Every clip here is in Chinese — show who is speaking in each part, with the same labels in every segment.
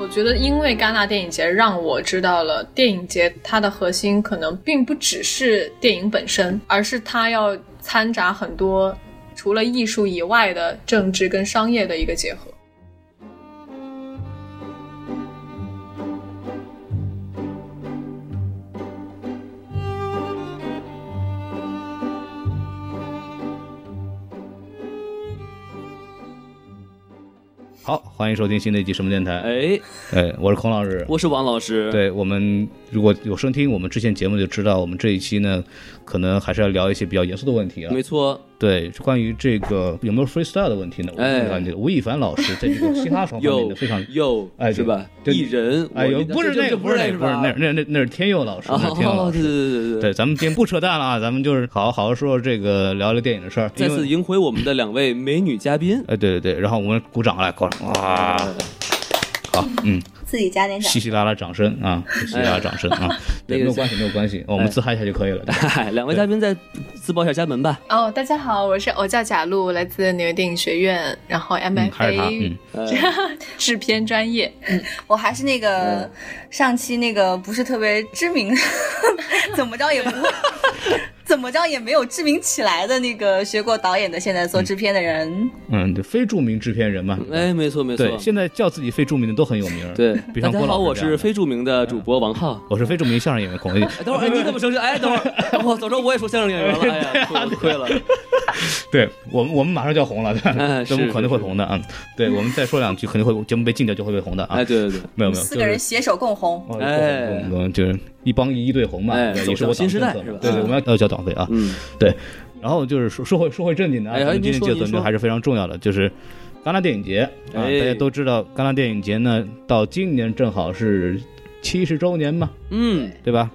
Speaker 1: 我觉得，因为戛纳电影节让我知道了电影节它的核心可能并不只是电影本身，而是它要掺杂很多除了艺术以外的政治跟商业的一个结合。
Speaker 2: 好，欢迎收听新的一期什么电台？
Speaker 3: 哎，
Speaker 2: 哎，我是孔老师。
Speaker 3: 我是王老师。，
Speaker 2: 对我们如果有收听我们之前节目就知道，我们这一期呢，可能还是要聊一些比较严肃的问题啊。
Speaker 3: 没错，
Speaker 2: 对，关于这个有没有 freestyle 的问题呢？我
Speaker 3: 哎
Speaker 2: 们感觉吴亦凡老师在这个嘻哈 方面
Speaker 3: 又
Speaker 2: 的非常。
Speaker 3: 又
Speaker 2: 哎
Speaker 3: 是吧？
Speaker 2: 对
Speaker 3: 艺人，
Speaker 2: 哎
Speaker 3: 我
Speaker 2: 呦，
Speaker 3: 觉得
Speaker 2: 不是
Speaker 3: 这
Speaker 2: 那个，
Speaker 3: 这不
Speaker 2: 是
Speaker 3: 那
Speaker 2: 那个，
Speaker 3: 个是
Speaker 2: 不是
Speaker 3: 吧
Speaker 2: 那那那那是天佑老师，那 是天佑
Speaker 3: 哦，
Speaker 2: 老
Speaker 3: 对
Speaker 2: 师。
Speaker 3: 对对
Speaker 2: 对，
Speaker 3: 对。
Speaker 2: 咱们今天不扯淡了啊，咱们就是好好好好说这个聊聊电影的事儿。
Speaker 3: 再
Speaker 2: 因为
Speaker 3: 次迎回我们的两位美女嘉宾，
Speaker 2: 哎，对对对，然后我们鼓掌来，鼓掌哇！
Speaker 3: 哎
Speaker 2: 好，嗯，
Speaker 4: 自己加点掌
Speaker 2: 稀。稀拉拉掌声啊，稀稀
Speaker 3: 哎
Speaker 2: 拉拉掌声 啊，对，没有关系，没有关系，我们自嗨一下就可以了。对
Speaker 3: 嗨，哎两位嘉宾再自报一下家门吧。
Speaker 1: 哦，大家好，我是我叫贾露，来自纽约电影学院，然后
Speaker 2: 嗯，还是他，嗯
Speaker 1: MFA、，
Speaker 3: 呃
Speaker 1: 制片专业。
Speaker 4: 我还是那个、
Speaker 2: 嗯
Speaker 4: 上期那个不是特别知名， 怎么着也不 怎么着也没有知名起来的那个学过导演的，现在做制片的人。
Speaker 2: 嗯，对，非著名制片人嘛。
Speaker 3: 哎，没错没错
Speaker 2: 对，，现在叫自己非著名的都很有名。
Speaker 3: 对。
Speaker 2: 比
Speaker 3: 大
Speaker 2: 方
Speaker 3: 家
Speaker 2: 郭
Speaker 3: 好，
Speaker 2: 老师
Speaker 3: 我
Speaker 2: 这样
Speaker 3: 是
Speaker 2: 的
Speaker 3: 非著名的主播王浩。
Speaker 2: 我是非著名相声演员孔毅。
Speaker 3: 哎等会儿，哎，你怎么生气？哎，等会儿， 我早知道我也说相声演员了，哎呀，亏了亏了。
Speaker 2: 对我们，我们马上就要红了，对吧
Speaker 3: 哎
Speaker 2: 我
Speaker 3: 是
Speaker 2: 们
Speaker 3: 是
Speaker 2: 肯定会
Speaker 3: 是
Speaker 2: 红的啊。对，我们再说两句，肯定会节目被禁掉就会被红的啊
Speaker 3: 哎，。对对对，
Speaker 2: 没有没有，
Speaker 4: 四
Speaker 2: 就
Speaker 4: 个
Speaker 2: 是
Speaker 4: 人携手共红，
Speaker 2: 哦
Speaker 3: 哎
Speaker 2: 对就是一帮一一对红嘛，
Speaker 3: 哎
Speaker 2: 对
Speaker 3: 走
Speaker 2: 也是我
Speaker 3: 向新
Speaker 2: 党
Speaker 3: 时
Speaker 2: 政
Speaker 3: 代
Speaker 2: 策
Speaker 3: 是吧
Speaker 2: 对对，
Speaker 3: 啊
Speaker 2: 我们要要交党费啊。
Speaker 3: 嗯，
Speaker 2: 对，然后就是说说回说回正经的啊，
Speaker 3: 哎
Speaker 2: 咱们
Speaker 3: 您
Speaker 2: 今天
Speaker 3: 说
Speaker 2: 这
Speaker 3: 您
Speaker 2: 个
Speaker 3: 说
Speaker 2: 还是非常重要的，就是戛纳电影节啊，
Speaker 3: 哎
Speaker 2: 大家都知道戛纳电影节呢，到今年正好是七十周年嘛，
Speaker 3: 嗯，
Speaker 2: 对吧？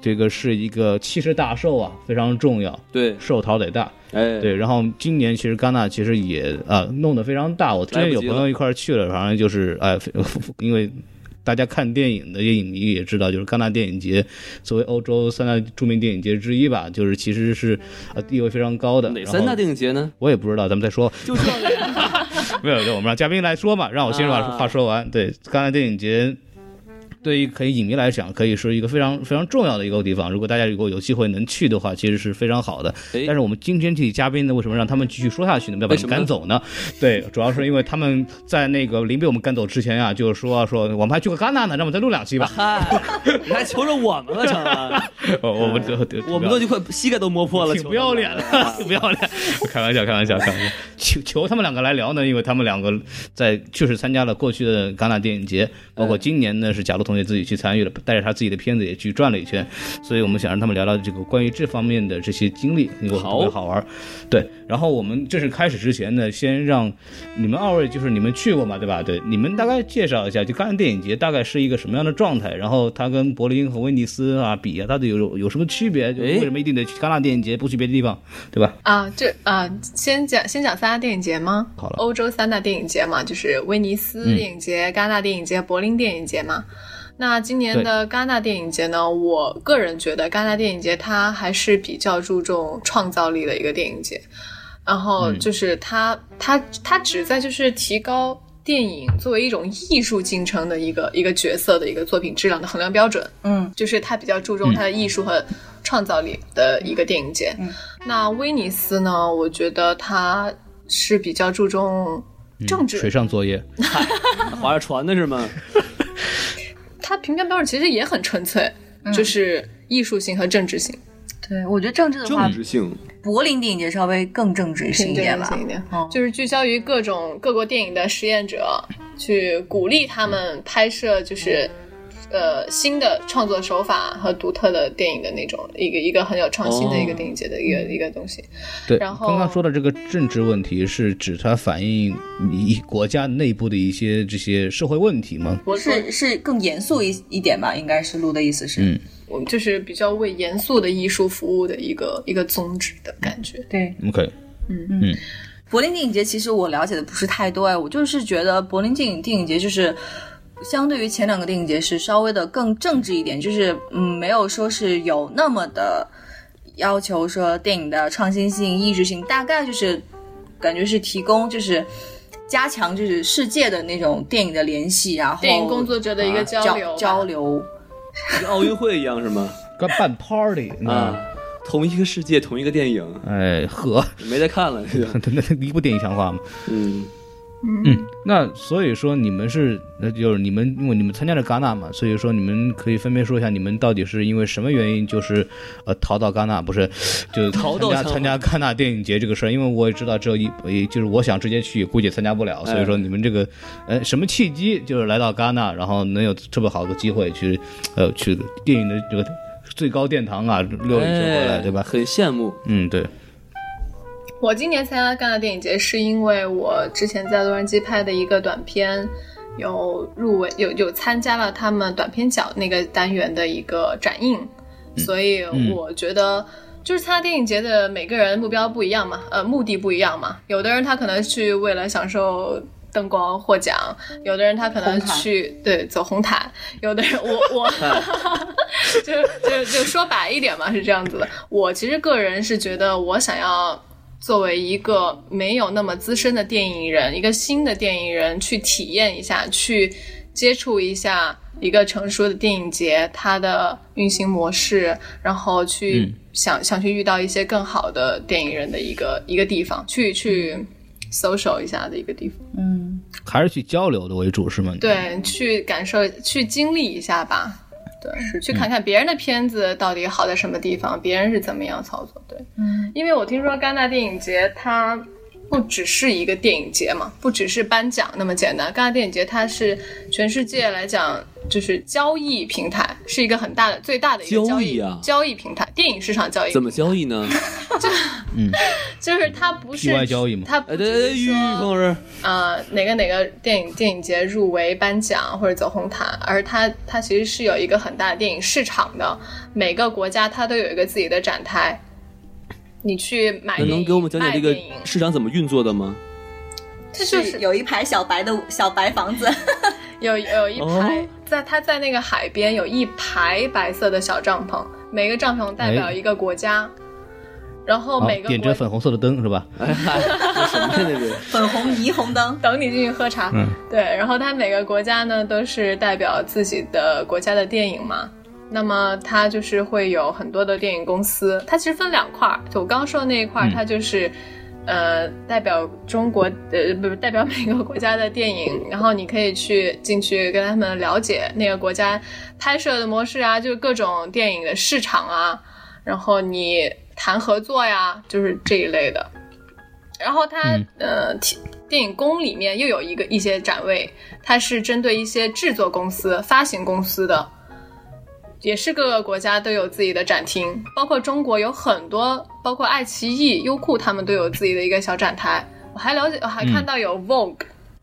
Speaker 2: 这个是一个七十大寿啊，非常重要，
Speaker 3: 对，
Speaker 2: 寿桃得大。
Speaker 3: 哎，
Speaker 2: 对，然后今年其实戛纳其实也啊、弄得非常大，我之前有朋友一块儿去了，反正就是哎、非因为。大家看电影的这些影迷也知道，就是戛纳电影节作为欧洲三大著名电影节之一吧，就是其实是呃地位非常高的。
Speaker 3: 哪
Speaker 2: 然
Speaker 3: 三
Speaker 2: 后
Speaker 3: 大电影节呢？
Speaker 2: 我也不知道，咱们再说。
Speaker 3: 就这个呀，
Speaker 2: 没有，就我们让嘉宾来说嘛，让我先把
Speaker 3: 啊
Speaker 2: 话说完。对，戛纳电影节。对于可以影迷来讲，可以是一个非常非常重要的一个地方。如果大家如果有机会能去的话，其实是非常好的。
Speaker 3: 哎
Speaker 2: 但是我们今天这些嘉宾呢，为什么让他们继续说下去呢？不要把
Speaker 3: 为
Speaker 2: 他
Speaker 3: 什
Speaker 2: 们
Speaker 3: 么呢
Speaker 2: 赶走呢？对，主要是因为他们在那个临被我们赶走之前啊，就是说说我们还去过戛纳呢，让我们再录两 期吧。
Speaker 3: 嗨，你还求着我们了，成了。
Speaker 2: 哦，我们就
Speaker 3: 我们都就快膝盖都磨破了，
Speaker 2: 挺不要脸的， 挺不要脸。开玩笑，开玩笑，开玩笑。求求他们两个来聊呢，因为他们两个在确实参加了过去的戛纳电影节，包括今年呢是贾璐同学自己去参与了，带着他自己的片子也去转了一圈，所以我们想让他们聊聊这个关于这方面的这些经历，因为特别
Speaker 3: 好
Speaker 2: 好玩儿。对，然后我们正式开始之前呢，先让你们二位就是你们去过嘛，对吧？对，你们大概介绍一下，就戛纳电影节大概是一个什么样的状态？然后它跟柏林和威尼斯啊比啊，到底有有什么区别？就
Speaker 3: 哎
Speaker 2: 为什么一定得去戛纳电影节，不去别的地方，对吧？
Speaker 1: 啊，这啊，先讲先讲三大电影节吗？
Speaker 2: 好了
Speaker 1: 欧洲三大电影节嘛，就是威尼斯
Speaker 2: 嗯
Speaker 1: 电影节、戛纳电影节、柏林电影节嘛。那今年
Speaker 2: 对
Speaker 1: 的戛纳电影节呢，我个人觉得戛纳电影节它还是比较注重创造力的一个电影节，然后
Speaker 2: 嗯
Speaker 1: 就是它、它它旨在就是提高电影作为一种艺术进程的一个一个角色的一个作品质量的衡量标准。
Speaker 4: 嗯，
Speaker 1: 就是它比较注重它的艺术和创造力的一个电影节。
Speaker 4: 嗯
Speaker 1: 那威尼斯呢，我觉得它是比较注重政治，
Speaker 2: 水上作业，
Speaker 3: 划着船的是吗？
Speaker 4: 嗯
Speaker 1: 它评价标准其实也很纯粹，就是艺术性和政治性。
Speaker 4: 对，我觉得政治的话
Speaker 2: 政，
Speaker 5: 知性，
Speaker 4: 柏林电影节稍微更政治性一点吧。
Speaker 1: 一点
Speaker 4: 嗯
Speaker 1: 就是聚焦于各种各国电影的实验者，去鼓励他们拍摄，就是。呃，新的创作手法和独特的电影的那种一个一个很有创新的一个电影节的一个、一个东西，
Speaker 2: 对，
Speaker 1: 然后
Speaker 2: 刚刚说的这个政治问题是指它反映你国家内部的一些这些社会问题吗？
Speaker 1: 我
Speaker 4: 是是更严肃一一点吧，应该是录的意思是，
Speaker 2: 嗯
Speaker 1: 我们就是比较为严肃的艺术服务的一个一个宗旨的感觉。
Speaker 4: 对，
Speaker 2: ，OK，
Speaker 4: 柏林电影节其实我了解的不是太多哎，我就是觉得柏林电影电影节就是。相对于前两个电影节是稍微的更政治一点，就是嗯，没有说是有那么的要求说电影的创新性、意志性，大概就是感觉是提供就是加强就是世界的那种电影的联系，然后
Speaker 1: 电影工作者的一个哦啊
Speaker 4: 交
Speaker 1: 交流吧、
Speaker 4: 交流，
Speaker 3: 跟奥运会一样是吗？
Speaker 2: 刚办 party
Speaker 3: 啊，，同一个世界，同一个电影，
Speaker 2: 哎呵，
Speaker 3: 没得看了。这个
Speaker 2: 那那一部电影像话吗？
Speaker 3: 嗯，
Speaker 2: 嗯，那所以说你们是，那就是你们，因为你们参加了戛纳嘛，所以说你们可以分别说一下，你们到底是因为什么原因，就是呃逃到戛纳，不是，就
Speaker 3: 逃到
Speaker 2: 参加
Speaker 3: 香港
Speaker 2: 参加戛纳电影节这个事儿，因为我也知道只有一，也就是我想直接去，估计也参加不了，所以说你们这个，呃，什么契机，就是来到戛纳，然后能有这么好的机会去，呃，去电影的这个最高殿堂啊溜一圈回来，
Speaker 3: 哎
Speaker 2: 对吧？
Speaker 3: 很羡慕。
Speaker 2: 嗯，对，
Speaker 1: 我今年参加戛纳电影节，是因为我之前在洛杉矶拍的一个短片，有入围，有有参加了他们短片奖那个单元的一个展映，所以我觉得。就是参加电影节的每个人目标不一样嘛，呃，目的不一样嘛。有的人他可能去为了享受灯光获奖，有的人他可能去对走红毯，有的人我我 就就就说白一点嘛，是这样子的。我其实个人是觉得，我想要作为一个没有那么资深的电影人，一个新的电影人去体验一下，去接触一下一个成熟的电影节它的运行模式，然后去想、想去遇到一些更好的电影人的一个一个地方，去去 social 一下的一个地方。
Speaker 4: 嗯，
Speaker 2: 还是去交流的为主是吗？，
Speaker 1: 对，去感受、去经历一下吧。对，去看看别人的片子到底好在什么地方，别人是怎么样操作。对，
Speaker 4: 嗯，
Speaker 1: 因为我听说戛纳电影节它不只是一个电影节嘛，不只是颁奖那么简单。戛纳电影节它是全世界来讲就是交易平台，是一个很大的、最大的一个
Speaker 3: 交
Speaker 1: 交
Speaker 3: 易啊
Speaker 1: 交易平台，电影市场交易，
Speaker 3: 怎么交易呢？
Speaker 1: 就是它不是
Speaker 2: PY 交易嘛
Speaker 1: 它
Speaker 3: 哎，
Speaker 1: 不
Speaker 3: 对
Speaker 1: 只
Speaker 3: 对，
Speaker 1: 是
Speaker 3: 于于
Speaker 1: 说
Speaker 3: 老师，
Speaker 1: 呃哪个哪个电影电影节入围颁奖或者走红毯，而它它其实是有一个很大的电影市场的，每个国家它都有一个自己的展台，你去买
Speaker 3: 那
Speaker 1: 电影，
Speaker 3: 能给我们讲讲这
Speaker 1: 卖
Speaker 3: 个
Speaker 1: 电影
Speaker 3: 市场怎么运作的吗？
Speaker 1: 这就是
Speaker 4: 有一排小白的小白 房子，
Speaker 1: 有有一排，
Speaker 3: 哦
Speaker 1: 在它在那个海边有一排白色的小帐篷，每个帐篷代表
Speaker 2: 哎
Speaker 1: 一个国家，然后
Speaker 2: 好
Speaker 1: 每，
Speaker 2: 哦
Speaker 1: 个
Speaker 2: 点
Speaker 1: 国
Speaker 2: 着粉红色的灯是吧？
Speaker 3: 哎嗨，那什么呀那个？
Speaker 4: 粉红霓虹灯，
Speaker 1: 等你进去喝茶。
Speaker 2: 嗯
Speaker 1: 对，然后它每个国家呢都是代表自己的国家的电影嘛。那么它就是会有很多的电影公司，它其实分两块儿，就我刚刚说的那一块儿，
Speaker 2: 嗯
Speaker 1: 它就是，呃，代表中国，呃，不是代表每个国家的 电影，然后你可以去进去跟他们了解那个国家拍摄的模式啊，就是各种电影的市场啊，然后你谈合作呀，就是这一类的。然后它、
Speaker 2: 嗯
Speaker 1: 呃，提电影宫里面又有一个一些展位，它是针对一些制作公司、发行公司的，也是各个国家都有自己的展厅，包括中国有很多，包括爱奇艺、优酷他们都有自己的一个小展台。我还了解，我还
Speaker 2: 嗯
Speaker 1: 看到有 Vogue、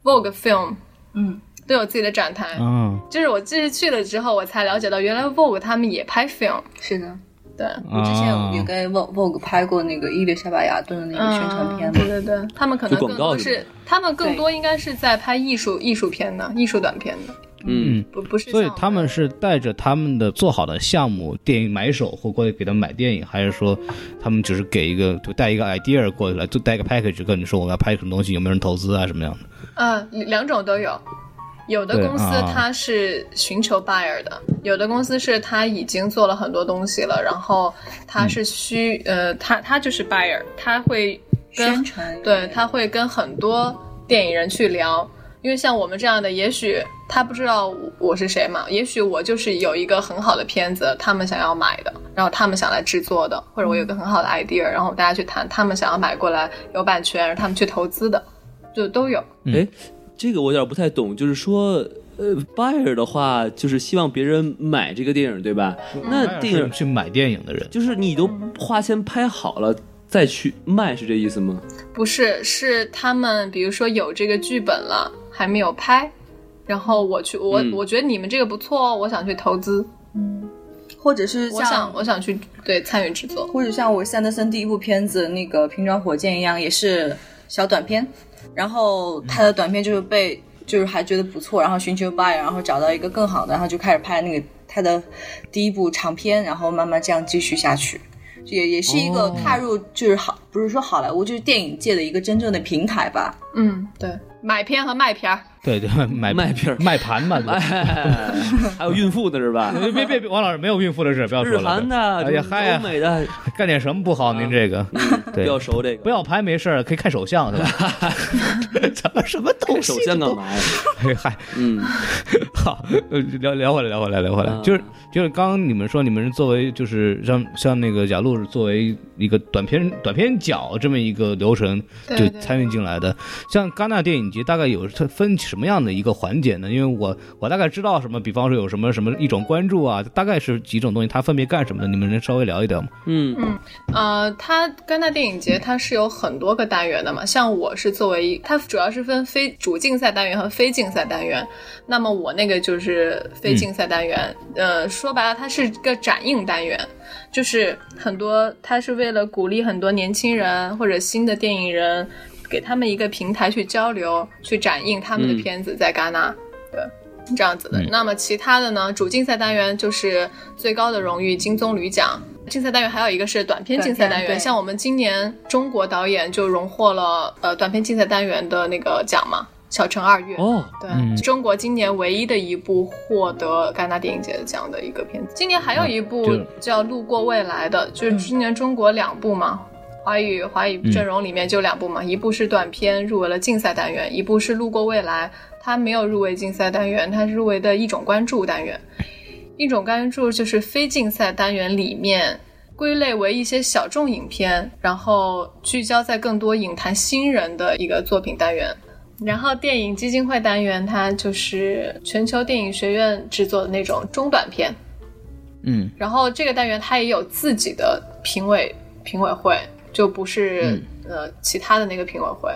Speaker 1: Vogue Film
Speaker 4: 嗯，
Speaker 1: 都有自己的展台。
Speaker 2: 啊
Speaker 1: 就是我这次去了之后，我才了解到原来 Vogue 他们也拍 film。
Speaker 4: 是的，
Speaker 1: 对，
Speaker 4: 我之前
Speaker 2: 啊
Speaker 4: 有有跟 Vogue Vogue 拍过那个伊丽莎白雅顿的那个宣传片
Speaker 1: 嗯
Speaker 4: 嘛
Speaker 1: 对，对对，他们可能
Speaker 3: 就
Speaker 1: 更
Speaker 3: 广告
Speaker 1: 多
Speaker 3: 是
Speaker 1: 是
Speaker 3: 吧，
Speaker 1: 他们更多应该是在拍艺术艺术片的、艺术短片的，
Speaker 3: 嗯，
Speaker 1: 不不是像我
Speaker 2: 所
Speaker 1: 们。
Speaker 2: 以他们是带着他们的做好的项目电影买手或过来给他们买电影，还是说他们只是给一个就带一个 idea 过来，就带一个 package 跟你说我要拍什么东西，有没有人投资啊什么样的？
Speaker 1: 呃，两种都有。有的
Speaker 2: 对
Speaker 1: 公司
Speaker 2: 啊
Speaker 1: 它是寻求 buyer 的，有的公司是它已经做了很多东西了，然后它
Speaker 2: 嗯
Speaker 1: 是需、呃，它它就是 buyer，它会跟
Speaker 4: 宣传
Speaker 1: 对，他会跟很多电影人去聊，因为像我们这样的，也许他不知道我是谁嘛，也许我就是有一个很好的片子，他们想要买的，然后他们想来制作的，或者我有个很好的 idea，然后大家去谈，他们想要买过来有版权，然后他们去投资的，就都有。
Speaker 3: 哎，这个我有点不太懂，就是说。呃，buyer 的话就是希望别人买这个电影，对吧？那电影
Speaker 2: 去买电影的人，
Speaker 3: 就是你都花钱拍好了再去卖，是这意思吗？
Speaker 1: 不是，是他们比如说有这个剧本了，还没有拍，然后我去，我、
Speaker 3: 嗯
Speaker 1: 我觉得你们这个不错哦，我想去投资，
Speaker 4: 或者是
Speaker 1: 我想
Speaker 4: 像
Speaker 1: 我想去对参与制作。
Speaker 4: 或者像我三德森第一部片子那个《平壤火箭》一样，也是小短片，然后他的短片就是被就是还觉得不错，然后寻求 buy，然后找到一个更好的，然后就开始拍那个他的第一部长片，然后慢慢这样继续下去。也也是一个
Speaker 2: 哦
Speaker 4: 踏入就是好，不是说好莱坞，就是电影界的一个真正的平台吧。
Speaker 1: 嗯，对，买片和卖片儿。
Speaker 2: 对对， 买
Speaker 3: 卖片儿
Speaker 2: 卖盘 嘛。对
Speaker 3: 哎，还有孕妇呢，是吧？
Speaker 2: 别别别，王老师没有孕妇的事，不要
Speaker 3: 日
Speaker 2: 说了。
Speaker 3: 韩的，
Speaker 2: 哎呀嗨呀
Speaker 3: 欧美的，
Speaker 2: 干点什么不好？您这个，
Speaker 3: 比
Speaker 2: 对，
Speaker 3: 较熟这个。
Speaker 2: 不要拍没事儿，可以看首相，对吧？咱们什么东西
Speaker 3: 首
Speaker 2: 这
Speaker 3: 先
Speaker 2: 都
Speaker 3: 干嘛呀？
Speaker 2: 哎嗨，
Speaker 3: 嗯，
Speaker 2: 好，呃 聊聊回来，聊回来，聊回来，
Speaker 3: 嗯
Speaker 2: 就是就是刚刚你们说你们是作为就是像像那个贾露是作为一个短片短片角这么一个流程
Speaker 1: 对
Speaker 2: 就
Speaker 1: 对
Speaker 2: 参与进来的，像戛纳电影节大概有它分什么样的一个环节呢？因为我我大概知道什么，比方说有什么什么一种关注啊，大概是几种东西，它分别干什么的？你们能稍微聊一聊吗？
Speaker 3: 嗯，
Speaker 1: 呃，它戛纳电影节它是有很多个单元的嘛，像我是作为一，它主要是分非主竞赛单元和非竞赛单元。那么我那个就是非竞赛单元，呃，说白了它是个展映单元，就是很多它是为了鼓励很多年轻人啊或者新的电影人，给他们一个平台去交流、去展映他们的
Speaker 3: 嗯
Speaker 1: 片子在戛纳。对，这样子的。
Speaker 2: 嗯
Speaker 1: 那么其他的呢？主竞赛单元就是最高的荣誉金棕榈奖。竞赛单元还有一个是短片竞赛单
Speaker 4: 短
Speaker 1: 元，
Speaker 4: 片对
Speaker 1: 像我们今年中国导演就荣获了呃短片竞赛单元的那个奖嘛，《小城二月》。
Speaker 3: 哦，
Speaker 1: 对，
Speaker 2: 嗯
Speaker 1: 中国今年唯一的一部获得戛纳电影节的奖的一个片子。今年还有一部
Speaker 2: 嗯
Speaker 1: 叫《路过未来》的，啊嗯就是今年中国两部嘛，华语华语阵容里面就两部嘛，一部是短片入围了竞赛单元，一部是《路过未来》，它没有入围竞赛单元，它是入围的一种关注单元。一种关注就是非竞赛单元里面归类为一些小众影片，然后聚焦在更多影坛新人的一个作品单元。然后电影基金会单元，它就是全球电影学院制作的那种中短片。
Speaker 2: 嗯，
Speaker 1: 然后这个单元它也有自己的评委评委会，就不是、呃其他的那个评委会，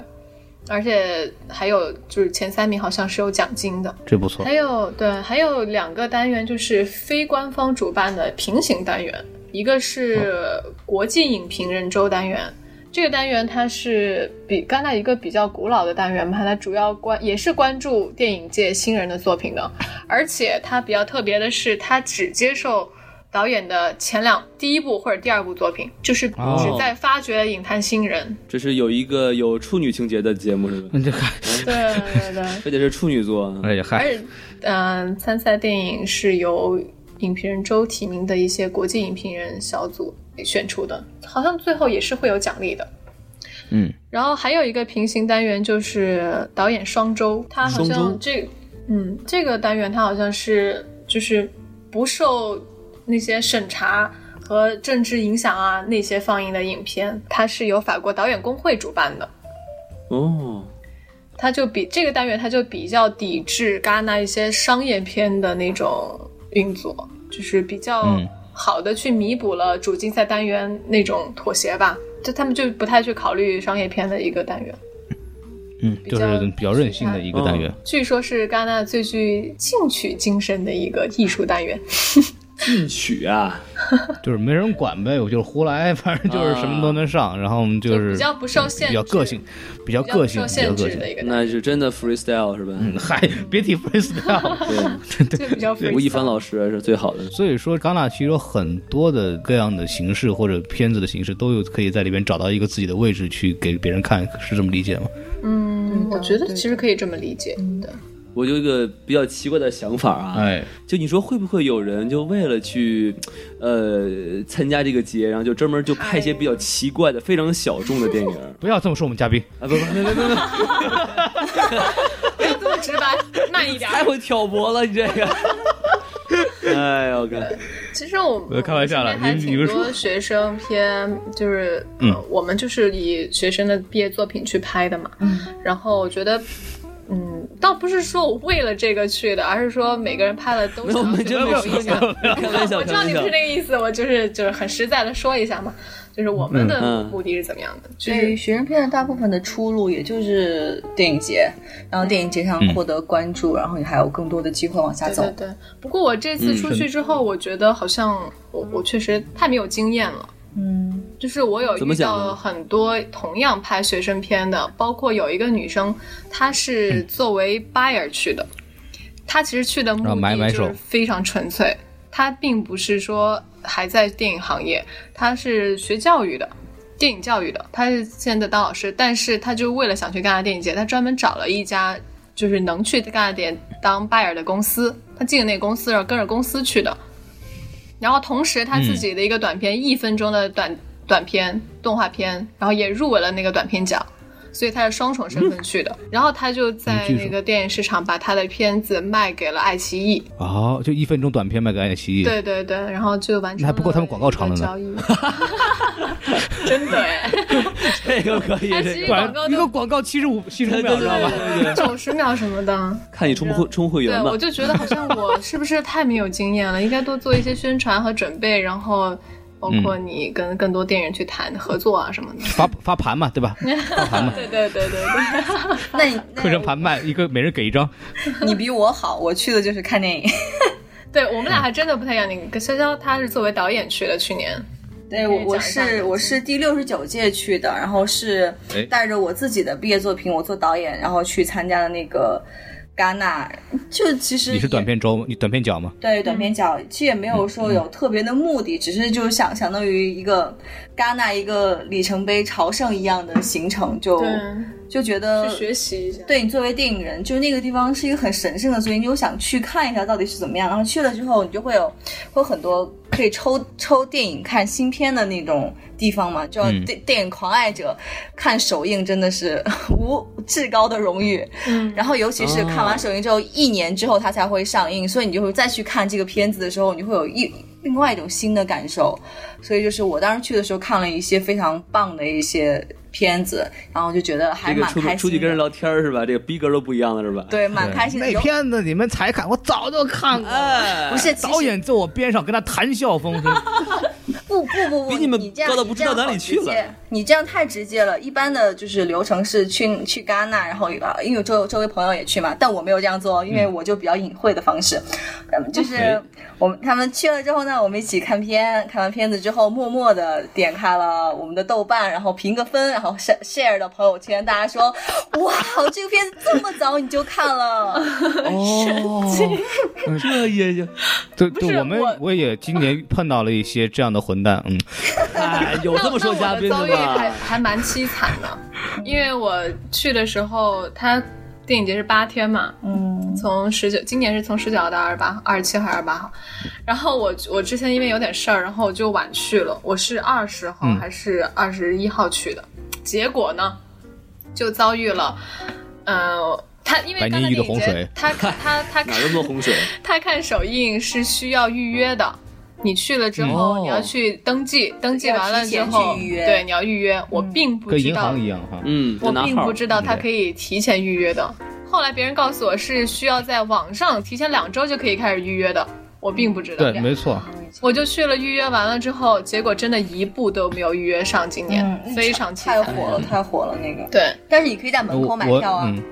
Speaker 1: 而且还有就是前三名好像是有奖金的。
Speaker 2: 这不错
Speaker 1: 还，有对，还有两个单元就是非官方主办的平行单元，一个是
Speaker 2: 嗯
Speaker 1: 国际影评人周单元。这个单元它是比戛纳一个比较古老的单元嘛，它主要关也是关注电影界新人的作品的，而且它比较特别的是，它只接受导演的前两第一部或者第二部作品，就是
Speaker 2: 哦
Speaker 1: 只在发掘影坛 新人。
Speaker 3: 这是有一个有处女情节的节目是吧？
Speaker 2: 嗯，这还
Speaker 1: 对对对。
Speaker 3: 非得是处女座啊，
Speaker 2: 哎呀嗨
Speaker 1: 而，且，嗯、参赛电影是由影评人周提名的一些国际影评人小组选出的，好像最后也是会有奖励的。
Speaker 2: 嗯，
Speaker 1: 然后还有一个平行单元就是导演双周，他好
Speaker 3: 双周
Speaker 1: 像这，嗯，这个单元它好像是就是不受那些审查和政治影响啊那些放映的影片，它是由法国导演工会主办的。
Speaker 3: 哦，
Speaker 1: 它就比这个单元，它就比较抵制戛纳一些商业片的那种运作，就是比较
Speaker 2: 嗯
Speaker 1: 好的去弥补了主竞赛单元那种妥协吧。就他们就不太去考虑商业片的一个单元，
Speaker 2: 嗯，
Speaker 1: 比
Speaker 2: 就
Speaker 1: 较
Speaker 2: 是比较任性的一个单元，
Speaker 1: 据说是戛纳最具进取精神的一个艺术单元。
Speaker 3: 进取啊，
Speaker 2: 就是没人管呗，我就是胡来， 反正就是什么都能上，然后我们是
Speaker 1: 啊就比较不受限制
Speaker 2: 比较个性，比较
Speaker 1: 比较
Speaker 2: 个
Speaker 1: 不
Speaker 2: 性，比较
Speaker 1: 受限
Speaker 2: 个
Speaker 1: 制
Speaker 2: 性
Speaker 1: 的。一个单
Speaker 3: 那是真的 freestyle 是吧？
Speaker 2: 嗯，嗨， 别提 freestyle，
Speaker 3: 对，
Speaker 1: 元，就比较 freestyle
Speaker 3: 吴亦凡老师是最好的。
Speaker 2: 所以说戛纳其实有很多的各样的形式或者片子的形式都有可以在里边找到一个自己的位置去给别人看，是这么理解吗？
Speaker 1: 嗯，我觉得其实可以这么理 解。对，
Speaker 3: 我有一个比较奇怪的想法啊，
Speaker 2: 哎，
Speaker 3: 就你说会不会有人就为了去，呃，参加这个节，然后就专门就拍一些比较奇怪的、非常小众的电影啊
Speaker 2: 不要这么说我们嘉宾，
Speaker 3: 啊？不不不不不，
Speaker 1: 直白，慢一点。
Speaker 3: 太会挑拨了，你这个。 哎呦我看，
Speaker 1: 其实我
Speaker 2: 呃
Speaker 1: 们
Speaker 2: 开玩笑了
Speaker 1: 我们身边还
Speaker 2: 你你
Speaker 1: 挺
Speaker 2: 们
Speaker 1: 多学生偏就是，
Speaker 2: 嗯
Speaker 1: 呃我们就是以学生的毕业作品去拍的嘛。
Speaker 4: 嗯，
Speaker 1: 然后我觉得，嗯，倒不是说我为了这个去的，而是说每个人拍的都
Speaker 3: 没有，我们真没
Speaker 1: 有
Speaker 3: 说
Speaker 1: 影
Speaker 3: 没有
Speaker 1: 响。
Speaker 3: 没有开玩笑，
Speaker 1: 我
Speaker 3: 开
Speaker 1: 知道
Speaker 3: 玩
Speaker 1: 你
Speaker 3: 笑
Speaker 1: 不是。那个意思，我就是就是很实在的说一下嘛，就是我们的
Speaker 3: 嗯
Speaker 1: 目的是怎么样的，就
Speaker 4: 对于
Speaker 1: 是
Speaker 4: 学生片的大部分的出路，也就是电影节，然后电影节上
Speaker 2: 嗯
Speaker 4: 获得关注，然后你还有更多的机会往下
Speaker 1: 对
Speaker 4: 走
Speaker 1: 对。对。不过我这次出去之后，我觉得好像我我确实太没有经验了。
Speaker 4: 嗯，
Speaker 1: 就是我有
Speaker 3: 怎么
Speaker 1: 遇
Speaker 3: 讲
Speaker 1: 到
Speaker 3: 呢
Speaker 1: 很多同样拍学生片的，包括有一个女生，她是作为 buyer 去的，她其实去的目
Speaker 2: 啊买买
Speaker 1: 的就
Speaker 2: 手
Speaker 1: 是非常纯粹，她并不是说还在电影行业，她是学教育的。电影教育的，她是现在当老师，但是她就为了想去戛纳电影节，她专门找了一家就是能去戛纳电影当 buyer 的公司，她进了那个公司，然后跟着公司去的。然后同时他自己的一个短片，一分钟的短短片动画片，然后也入围了那个短片奖，所以他是双重身份去的。然后他就在
Speaker 2: 嗯技术
Speaker 1: 那个电影市场把他的片子卖给了爱奇艺，
Speaker 2: 哦，就一分钟短片卖给爱奇艺，
Speaker 1: 对对对，然后就完成
Speaker 2: 嗯那还不够他们广告长的呢
Speaker 1: 了一个交易， 真的哎，
Speaker 3: 这个可以，
Speaker 1: 爱
Speaker 3: 这
Speaker 1: 奇艺
Speaker 3: 个
Speaker 1: 广告
Speaker 2: 一
Speaker 1: 都
Speaker 2: 个广告七十五七十五秒，
Speaker 3: 对
Speaker 2: 知道吧？
Speaker 1: 九十秒什么的。
Speaker 3: 看你充不充会
Speaker 1: 对
Speaker 3: 员，吧
Speaker 1: 我。就觉得好像 我是不是太没有经验了，应该多做一些宣传和准备，然后包
Speaker 3: 嗯
Speaker 1: 括你跟更多电影去谈合作啊什么的。
Speaker 2: 发发盘嘛，对吧？发盘嘛，
Speaker 1: 对对对对对。
Speaker 4: 那你
Speaker 2: 课程盘卖一个，每人给一张。
Speaker 4: 那你比我好，我去的就是看电 影。
Speaker 1: 对我们俩还真的不太一样。你跟潇潇他是作为导演去的，去年
Speaker 4: 对我
Speaker 1: 可以
Speaker 4: 我
Speaker 1: 讲一下
Speaker 4: 是
Speaker 1: 吗
Speaker 4: 我是第六十九届去的，然后是
Speaker 2: 哎
Speaker 4: 带着我自己的毕业作品，我做导演，然后去参加了那个戛纳，就其实
Speaker 2: 你是
Speaker 4: 也
Speaker 2: 短片嗯周吗？你短片角吗？
Speaker 4: 对短
Speaker 1: 嗯
Speaker 4: 片角，其实也没有说有特别的目的，只是就是想相当于一个戛纳一个里程碑朝圣一样的行程，就就觉得
Speaker 1: 去学习一下。
Speaker 4: 对你作为电影人，就是那个地方是一个很神圣的，所以你就想去看一下到底是怎么样。然后去了之后，你就会有会有很多可以抽抽电影看新片的那种地方嘛，就要
Speaker 2: 嗯
Speaker 4: 电、电影狂爱者看首映真的是 无至高的荣誉。
Speaker 1: 嗯，
Speaker 4: 然后尤其是看完首映之后，一年之后它才会上映，所以你就会再去看这个片子的时候，你会有一另外一种新的感受。所以就是我当时去的时候看了一些非常棒的一些片子，然后就觉得还
Speaker 3: 这个
Speaker 4: 蛮
Speaker 3: 出
Speaker 4: 开心的。
Speaker 3: 出去跟人聊天儿是吧？这个逼格都不一样了是 吧？
Speaker 4: 对，蛮开心的。
Speaker 2: 那
Speaker 4: 有
Speaker 2: 片子你们才看，我早就看
Speaker 1: 呃
Speaker 2: 过了。
Speaker 3: 哎，
Speaker 4: 不是其实
Speaker 2: 导演坐我边上，跟他谈笑风生。
Speaker 4: 不不不不，
Speaker 3: 比你们
Speaker 4: 这样
Speaker 3: 高到不知道哪里去了
Speaker 4: 你这样好直接你这样太直接了。一般的就是流程是去去戛纳，然后啊，因为周周围朋友也去嘛，但我没有这样做，哦
Speaker 3: 嗯
Speaker 4: 因为我就比较隐晦的方式，嗯，就是
Speaker 2: 哎
Speaker 4: 我们他们去了之后呢，我们一起看片，看完片子之后，默默的点开了我们的豆瓣，然后评个分，然后 share share 到朋友圈，大家说，哇，这个片子这么早你就看了，
Speaker 3: 哦，这也就
Speaker 2: 对
Speaker 1: 不是
Speaker 2: 对，我们
Speaker 1: 我
Speaker 2: 我也今年碰到了一些这样的混蛋，嗯，
Speaker 3: 哎，有
Speaker 1: 那
Speaker 3: 这么说
Speaker 1: 那
Speaker 3: 嘉
Speaker 1: 我的
Speaker 3: 宾
Speaker 1: 遭
Speaker 3: 的
Speaker 1: 遇还
Speaker 3: 吗？
Speaker 1: 还蛮凄惨的，因为我去的时候，他电影节是八天嘛，
Speaker 4: 嗯，
Speaker 1: 从十九，今年是从十九到二十八，二十七还是二十八号？然后我我之前因为有点事儿，然后我就晚去了，我是二十号
Speaker 2: 嗯
Speaker 1: 还是二十一号去的，结果呢，就遭遇了，呃，他因为
Speaker 2: 百
Speaker 1: 刚
Speaker 2: 年
Speaker 1: 才
Speaker 2: 一遇的
Speaker 1: 那
Speaker 2: 洪
Speaker 1: 节
Speaker 2: 水
Speaker 1: 他他他他
Speaker 3: 哪那么多洪 水？
Speaker 1: 他看首映是需要预约的，你去了之后、
Speaker 2: 哦
Speaker 3: 嗯
Speaker 1: 你要去登记，登记完了之
Speaker 4: 要
Speaker 1: 后，
Speaker 4: 提前去预约
Speaker 1: 对，你要预约。我并不
Speaker 2: 嗯跟
Speaker 1: 知
Speaker 2: 银
Speaker 1: 道，
Speaker 2: 行一样哈。
Speaker 3: 嗯，
Speaker 1: 我
Speaker 3: 拿
Speaker 1: 并
Speaker 3: 号
Speaker 1: 不知道他可以提前预约的。后来别人告诉我是需要在网上提前两周就可以开始预约的，我并不知道
Speaker 2: 对，。没错，
Speaker 4: 嗯
Speaker 1: 我就去了，预约完了之后，结果真的一部都没有预约上，今年、
Speaker 4: 嗯
Speaker 1: 非常凄
Speaker 4: 太
Speaker 1: 惨。
Speaker 4: 火了，太火了那个。
Speaker 1: 对
Speaker 4: 但是你可以在
Speaker 2: 我
Speaker 4: 门口
Speaker 2: 我
Speaker 4: 买票啊。
Speaker 2: 嗯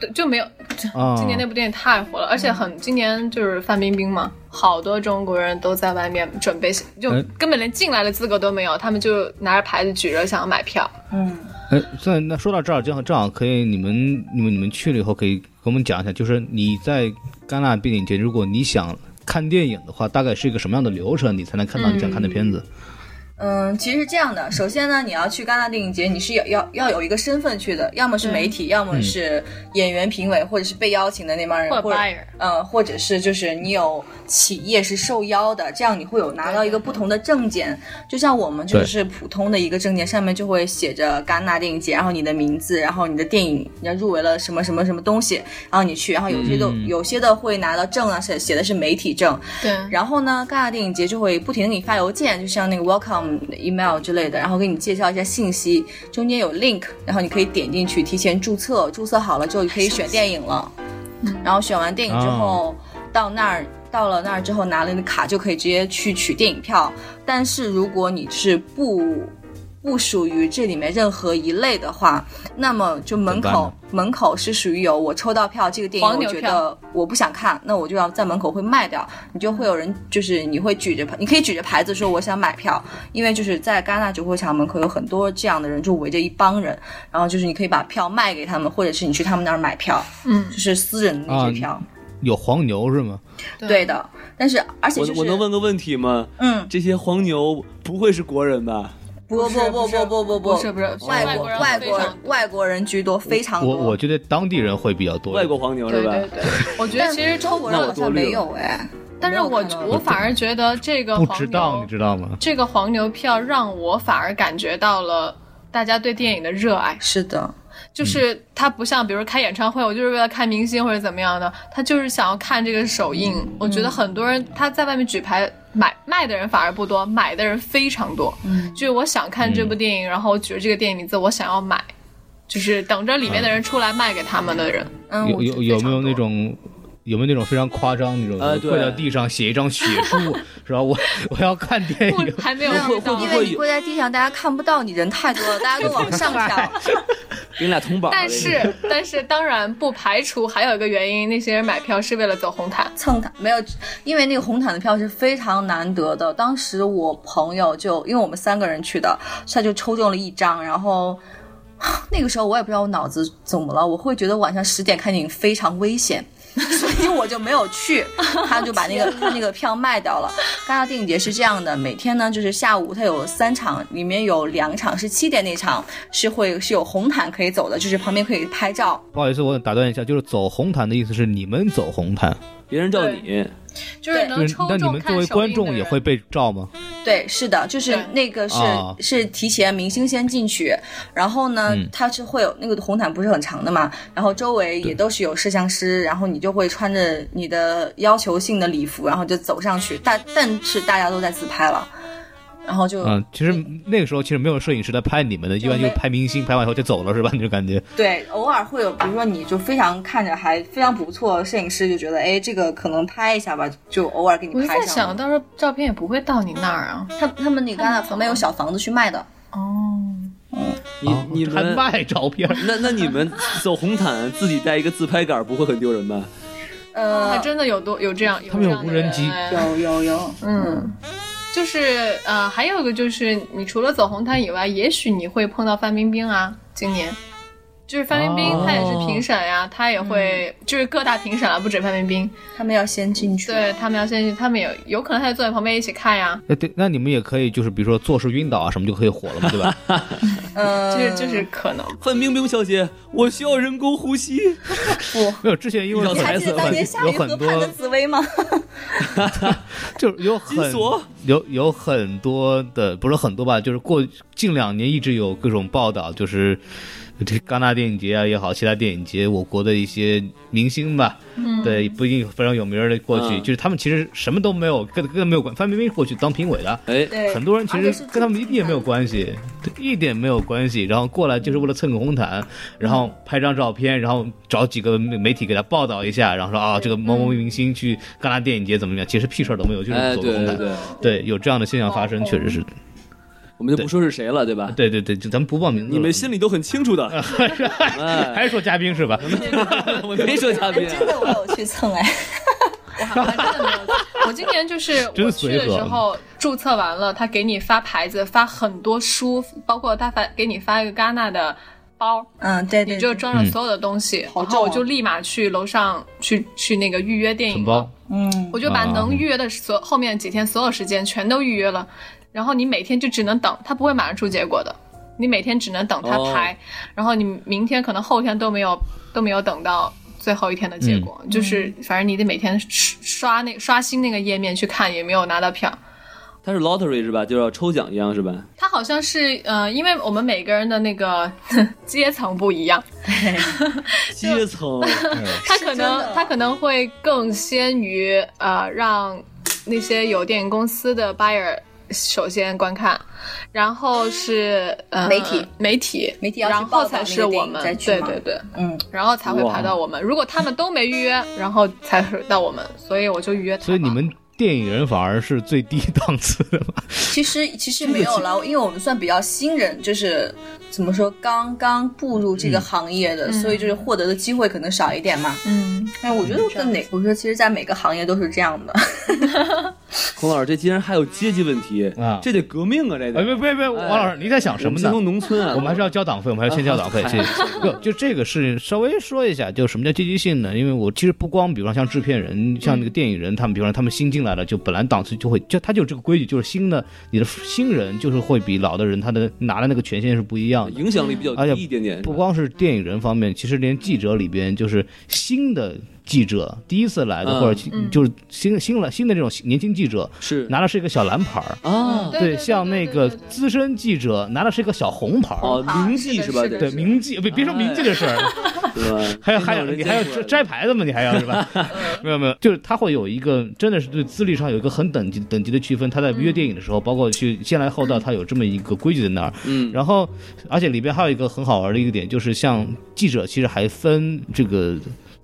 Speaker 1: 对，就没有。
Speaker 3: 嗯
Speaker 2: 啊，
Speaker 1: 今年那部电影太火了，而且
Speaker 4: 嗯
Speaker 1: 很今年就是范冰冰嘛，好多中国人都在外面准备，就
Speaker 3: 嗯
Speaker 2: 哎
Speaker 1: 根本连进来的资格都没有，他们就拿着牌子举着想要买票。
Speaker 4: 嗯，
Speaker 2: 哎，那那说到这儿，正好正好可以，你们你们你们去了以后，可以给我们讲一下，就是你在戛纳电影节，
Speaker 1: 嗯
Speaker 2: 如果你想看电影的话，大概是一个什么样的流程，你才能看到你想看的片子？
Speaker 4: 嗯，其实是这样的。首先呢，你要去戛纳电影节，你是要要要有一个身份去的，要么是
Speaker 1: 对
Speaker 4: 媒体，要么是
Speaker 2: 嗯
Speaker 4: 演员、评委，或者是被邀请的那帮人，
Speaker 1: 或者
Speaker 4: 或者
Speaker 1: buyer
Speaker 4: 呃，或者是就是你有企业是受邀的，这样你会有拿到一个不同的证件。就像我们就
Speaker 2: 对
Speaker 4: 是普通的一个证件，上面就会写着戛纳电影节，然后你的名字，然后你的电影你要入围了什么什么什么东西，然后你去，然后有些的、
Speaker 2: 嗯
Speaker 4: 有些的会拿到证啊，写写的是媒体证，
Speaker 1: 对，
Speaker 4: 然后呢，戛纳电影节就会不停的给你发邮件，就像那个 welcome email 之类的，然后给你介绍一下信息，中间有 link，然后你可以点进去，提前注册，注册好了之后就可以选电影了。然后选完电影
Speaker 2: 哦
Speaker 4: 之后，到那儿到了那儿之后拿了你的卡就可以直接去取电影票。但是如果你是不不属于这里面任何一类的话，那么就门
Speaker 2: 怎么办
Speaker 4: 口门口是属于有我抽到票这个电影，
Speaker 1: 黄
Speaker 4: 我
Speaker 1: 牛
Speaker 4: 觉
Speaker 1: 票
Speaker 4: 得我不想看，那我就要在门口会卖掉，你就会有人就是你会举着你可以举着牌子说我想买票，因为就是在戛纳主会场门口有很多这样的人，就围着一帮人，然后就是你可以把票卖给他们，或者是你去他们那儿买票，
Speaker 1: 嗯
Speaker 4: 就，是私人的
Speaker 3: 啊
Speaker 4: 那些票。
Speaker 2: 有黄牛是吗？
Speaker 4: 对，的，但是而且
Speaker 3: 我
Speaker 4: 就是
Speaker 3: 我能问个问题吗？
Speaker 4: 嗯，
Speaker 3: 这些黄牛不会是国人吧？
Speaker 4: 不
Speaker 1: 是
Speaker 4: 不
Speaker 1: 不
Speaker 4: 不
Speaker 1: 是
Speaker 4: 不不不
Speaker 1: 不是不是
Speaker 4: 外国
Speaker 1: 国人
Speaker 4: 外
Speaker 1: 非
Speaker 4: 国
Speaker 1: 常多
Speaker 4: 外国人居多，非常多。
Speaker 2: 我我觉得当地人会比较多。
Speaker 3: 外国黄牛
Speaker 1: 对
Speaker 3: 是吧？
Speaker 1: 对对，我觉得
Speaker 4: 但
Speaker 1: 其实
Speaker 4: 中
Speaker 1: 中
Speaker 4: 国
Speaker 1: 国
Speaker 4: 人
Speaker 3: 那
Speaker 4: 好
Speaker 3: 我
Speaker 4: 像
Speaker 3: 多虑
Speaker 4: 没
Speaker 3: 了
Speaker 4: 有哎，
Speaker 1: 但是
Speaker 4: 没
Speaker 1: 我
Speaker 4: 有看到
Speaker 1: 我反而觉得这个
Speaker 2: 不
Speaker 1: 黄
Speaker 2: 值当，
Speaker 1: 牛
Speaker 2: 你知道吗？
Speaker 1: 这个黄牛票让我反而感觉到了大家对电影的热爱，
Speaker 4: 是的，
Speaker 2: 嗯
Speaker 1: 就是它不像比如开演唱会，我就是为了看明星或者怎么样的，他就是想要看这个首映。我觉得很多人他在外面举牌买卖的人反而不多，买的人非常多。
Speaker 4: 嗯，
Speaker 1: 就是我想看这部
Speaker 2: 嗯
Speaker 1: 电影，然后我举着这个电影名字，我想要买，就是等着里面
Speaker 2: 嗯
Speaker 1: 的人出来卖给他们的人。
Speaker 4: 嗯，
Speaker 2: 有
Speaker 4: 我
Speaker 2: 有有没有那种？有没有那种非常夸张那种
Speaker 3: 呃对
Speaker 2: 跪到地上写一张血 书，是吧？我我要看电
Speaker 1: 不
Speaker 2: 影，
Speaker 1: 还 没有
Speaker 3: 会
Speaker 1: 遇到
Speaker 3: 会
Speaker 4: 因
Speaker 3: 不会
Speaker 4: 为你
Speaker 3: 有
Speaker 4: 跪在地上，大家看不到你，人太多了，大家都往上跳。
Speaker 3: 给你俩同榜了。
Speaker 1: 但是， 但是，当然不排除还有一个原因，那些人买票是为了走红毯。
Speaker 4: 蹭毯没有，因为那个红毯的票是非常难得的。当时我朋友就因为我们三个人去的，他就抽中了一张，然后 那个时候我也不知道我脑子怎么了，我会觉得晚上十点看电影非常危险。 所以我就没有去，他就把那个他那个票卖掉了。戛纳电影节是这样的，每天呢就是下午它有三场，里面有两场是七点那场是会是有红毯可以走的，就是旁边可以拍照，
Speaker 2: 不好意思，我打断一下，就是走红毯的意思是你们走红毯，
Speaker 3: 别人叫你，
Speaker 1: 就是
Speaker 4: 对
Speaker 2: 就是
Speaker 1: 能抽
Speaker 2: 那你
Speaker 1: 中
Speaker 2: 们
Speaker 1: 看
Speaker 2: 作为
Speaker 1: 首
Speaker 2: 观
Speaker 1: 映
Speaker 2: 众
Speaker 1: 的
Speaker 2: 也
Speaker 1: 人
Speaker 2: 会被照吗？嗯
Speaker 4: 对，是的，就是
Speaker 1: 对
Speaker 4: 那个是、
Speaker 2: 啊
Speaker 4: 是提前明星先进去，然后呢，
Speaker 2: 嗯
Speaker 4: 它是会有那个红毯不是很长的嘛，然后周围也都是有摄像师，然后你就会穿着你的要求性的礼服，然后就走上去，但但是大家都在自拍了，然后就、
Speaker 2: 嗯，其实那个时候其实没有摄影师来拍你们的，一般就
Speaker 4: 没
Speaker 2: 拍明星，拍完以后就走了，是吧？你 就感觉
Speaker 4: 对，偶尔会有，比如说你就非常看着还非常不错，摄影师就觉得哎这个可能拍一下吧，就偶尔给你
Speaker 1: 我就
Speaker 4: 拍
Speaker 1: 在
Speaker 4: 一下
Speaker 1: 想，。到时候照片也不会到你那儿啊。
Speaker 4: 他他们那个戛纳旁边有小房子去卖的，
Speaker 1: 哦，
Speaker 3: 你
Speaker 2: 啊
Speaker 3: 你
Speaker 2: 还
Speaker 3: 们
Speaker 2: 卖照 片，
Speaker 3: 那那你们走红毯自己带一个自拍杆，不会很丢人吧？
Speaker 4: 呃，
Speaker 1: 还真的有多有这样，
Speaker 2: 他们有
Speaker 1: 这样的
Speaker 2: 无人机
Speaker 1: 哎
Speaker 4: 有有有，
Speaker 1: 嗯，就是呃，还有一个就是，你除了走红毯以外，也许你会碰到范冰冰啊，今年。就是范冰冰，
Speaker 2: 哦
Speaker 1: 她也是评审呀、她也会、就是各大评审啊，不止范冰冰，
Speaker 4: 他们要先进去。
Speaker 1: 对他们要先去，他们也有可能还坐在旁边一起看呀、
Speaker 2: 那对，那你们也可以就是比如说做事晕倒啊什么就可以火了嘛，对 吧？
Speaker 4: 呃，
Speaker 1: 就是就是可能。
Speaker 3: 范冰冰小姐，我需要人工呼吸。
Speaker 4: 不，
Speaker 2: 没有，之前因为
Speaker 3: 你
Speaker 4: 你还
Speaker 3: 还
Speaker 4: 记
Speaker 3: 记
Speaker 4: 得
Speaker 3: 得
Speaker 4: 当
Speaker 3: 当
Speaker 4: 年
Speaker 3: 年
Speaker 4: 夏
Speaker 2: 有
Speaker 4: 雨荷
Speaker 2: 很
Speaker 4: 判的
Speaker 2: 多
Speaker 4: 紫薇吗？
Speaker 2: 就是有
Speaker 3: 金
Speaker 2: 很
Speaker 3: 锁
Speaker 2: 有有很多的不是很多吧，就是过近两年一直有各种报道，就是这戛纳电影节啊也好，其他电影节，我国的一些明星吧，
Speaker 1: 嗯
Speaker 2: 对，不一定非常有名儿的过去，
Speaker 3: 嗯
Speaker 2: 就是他们其实什么都没有，跟跟没有关，范冰冰过去当评委的，
Speaker 3: 哎，
Speaker 4: 对
Speaker 2: 很多人其
Speaker 4: 而且
Speaker 2: 实
Speaker 4: 是
Speaker 2: 跟他们一点也没 有关系，对一点没有关系。然后过来就是为了蹭个红毯，然
Speaker 4: 嗯
Speaker 2: 后拍张照片，然后找几个媒媒体给他报道一下，然后说啊，这个某某
Speaker 4: 嗯
Speaker 2: 明星去戛纳电影节怎么样？其实屁事儿都没有，就是
Speaker 3: 哎，
Speaker 2: 走
Speaker 3: 对
Speaker 2: 个红
Speaker 3: 对
Speaker 2: 毯。
Speaker 3: 对，
Speaker 2: 对有这样的现象发
Speaker 4: 哦
Speaker 2: 生，确实是。
Speaker 3: 我们就不说是谁了，对吧？
Speaker 2: 对对对，就咱们不报名字了。
Speaker 3: 你们心里都很 清楚的。
Speaker 2: 还
Speaker 3: 哎，
Speaker 2: 是说嘉宾是吧？
Speaker 3: 我没说嘉
Speaker 2: 哎
Speaker 3: 宾啊，
Speaker 4: 哎真的，我有去蹭哎。
Speaker 1: 我还我还真的没有去。我今年就是 我
Speaker 2: 真
Speaker 1: 去
Speaker 2: 随
Speaker 1: 的
Speaker 2: 和
Speaker 1: 时候注册完了，他给你发牌子，发很多书，包括他发给你发一个戛纳的包，
Speaker 4: 嗯，对对，
Speaker 1: 你就
Speaker 4: 对
Speaker 1: 装上所有的东西，
Speaker 4: 好
Speaker 1: 然
Speaker 4: 重
Speaker 1: 后
Speaker 4: 啊
Speaker 1: 我就立马去楼上去去那个预约电
Speaker 2: 承
Speaker 1: 影了
Speaker 2: 包，
Speaker 4: 嗯，
Speaker 1: 我就把
Speaker 2: 啊
Speaker 1: 能预约的所后面几天所有时间全都预约了。然后你每天就只能等，他不会马上出结果的。你每天只能等他拍，然后你明天可能后天都没有都没有等到最后一天的结果，就是反正你得每天刷刷那刷新那个页面去看，也没有拿到票。
Speaker 3: 它是 lottery 是吧？就要抽奖一样是吧？
Speaker 1: 它好像是呃，因为我们每个人的那个 阶层不一样，
Speaker 3: 阶层，
Speaker 1: 他可
Speaker 4: 是真
Speaker 1: 能
Speaker 4: 的
Speaker 1: 他可能会更先于呃让那些有电影公司的 buyer 首先观看，然后是呃
Speaker 4: 媒体
Speaker 1: 媒体
Speaker 4: 媒体要去
Speaker 1: 然
Speaker 4: 报
Speaker 1: 后
Speaker 4: 道
Speaker 1: 才
Speaker 4: 那个
Speaker 1: 是我
Speaker 4: 电影
Speaker 1: 们
Speaker 4: 再去
Speaker 1: 对
Speaker 4: 嘛
Speaker 1: 对对，
Speaker 4: 嗯，
Speaker 1: 然后才会排到我们。如果他们都没预约，然后才是到我们，所以我就预约他吧。
Speaker 2: 所以你们电影人反而是最低档次的 嘛？
Speaker 4: 其实其实没有了，因为我们算比较新人，就是怎么说，刚刚步入这个行业的，所以就是获得的机会可能少一点嘛。
Speaker 1: 嗯，
Speaker 4: 但我觉得跟哪，我觉得其实，在每个行业都是这样的。
Speaker 3: 孔老师，这竟然还有阶级问题
Speaker 2: 啊
Speaker 3: 这得革命啊！这
Speaker 2: 哎，
Speaker 3: 得
Speaker 2: 别别别，王老师你在想什么呢
Speaker 3: 我们是？从农村啊，
Speaker 2: 我们还是要交党费，我们还要先交党 费。
Speaker 3: 啊
Speaker 2: 这不就这个事情稍微说一下，就什么叫积极性呢？因为我其实不光，比方像制片人，像那
Speaker 1: 嗯
Speaker 2: 个电影人，他们，比方说他们新进来了，就本来档次就会，就他就这个规矩，就是新的你的新人就是会比老的人他的拿的那个权限是不一样的。
Speaker 3: 影响力比较低一点点。
Speaker 2: 哎不光是电影人方面，其实连记者里边，就是新的记者第一次来的，
Speaker 3: 嗯
Speaker 2: 或者新
Speaker 1: 嗯
Speaker 2: 就是新新来新的这种年轻记者，
Speaker 3: 是
Speaker 2: 拿的是一个小蓝牌儿。
Speaker 3: 啊，
Speaker 1: 对对对
Speaker 2: 像那个
Speaker 1: 对对对
Speaker 2: 资深记者拿的是一个小红牌儿。
Speaker 3: 哦，铭记
Speaker 1: 啊
Speaker 3: 是吧？
Speaker 1: 是的啊
Speaker 2: 对
Speaker 3: 得
Speaker 2: 铭记，别别说铭记这事儿，
Speaker 3: 对吧？
Speaker 2: 还有还有
Speaker 3: 人
Speaker 2: 你还要
Speaker 3: 见过
Speaker 2: 摘摘
Speaker 3: 了
Speaker 2: 牌子吗？你还要是吧？没有没有，就是他会有一个真的是对资历上有一个很等级等级的区分。他在
Speaker 1: 嗯
Speaker 2: 约电影的时候，包括去先来后到，他有这么一个规矩在那儿。
Speaker 3: 嗯
Speaker 2: 然后而且里边还有一个很好玩的一个点，就是像记者其实还分这个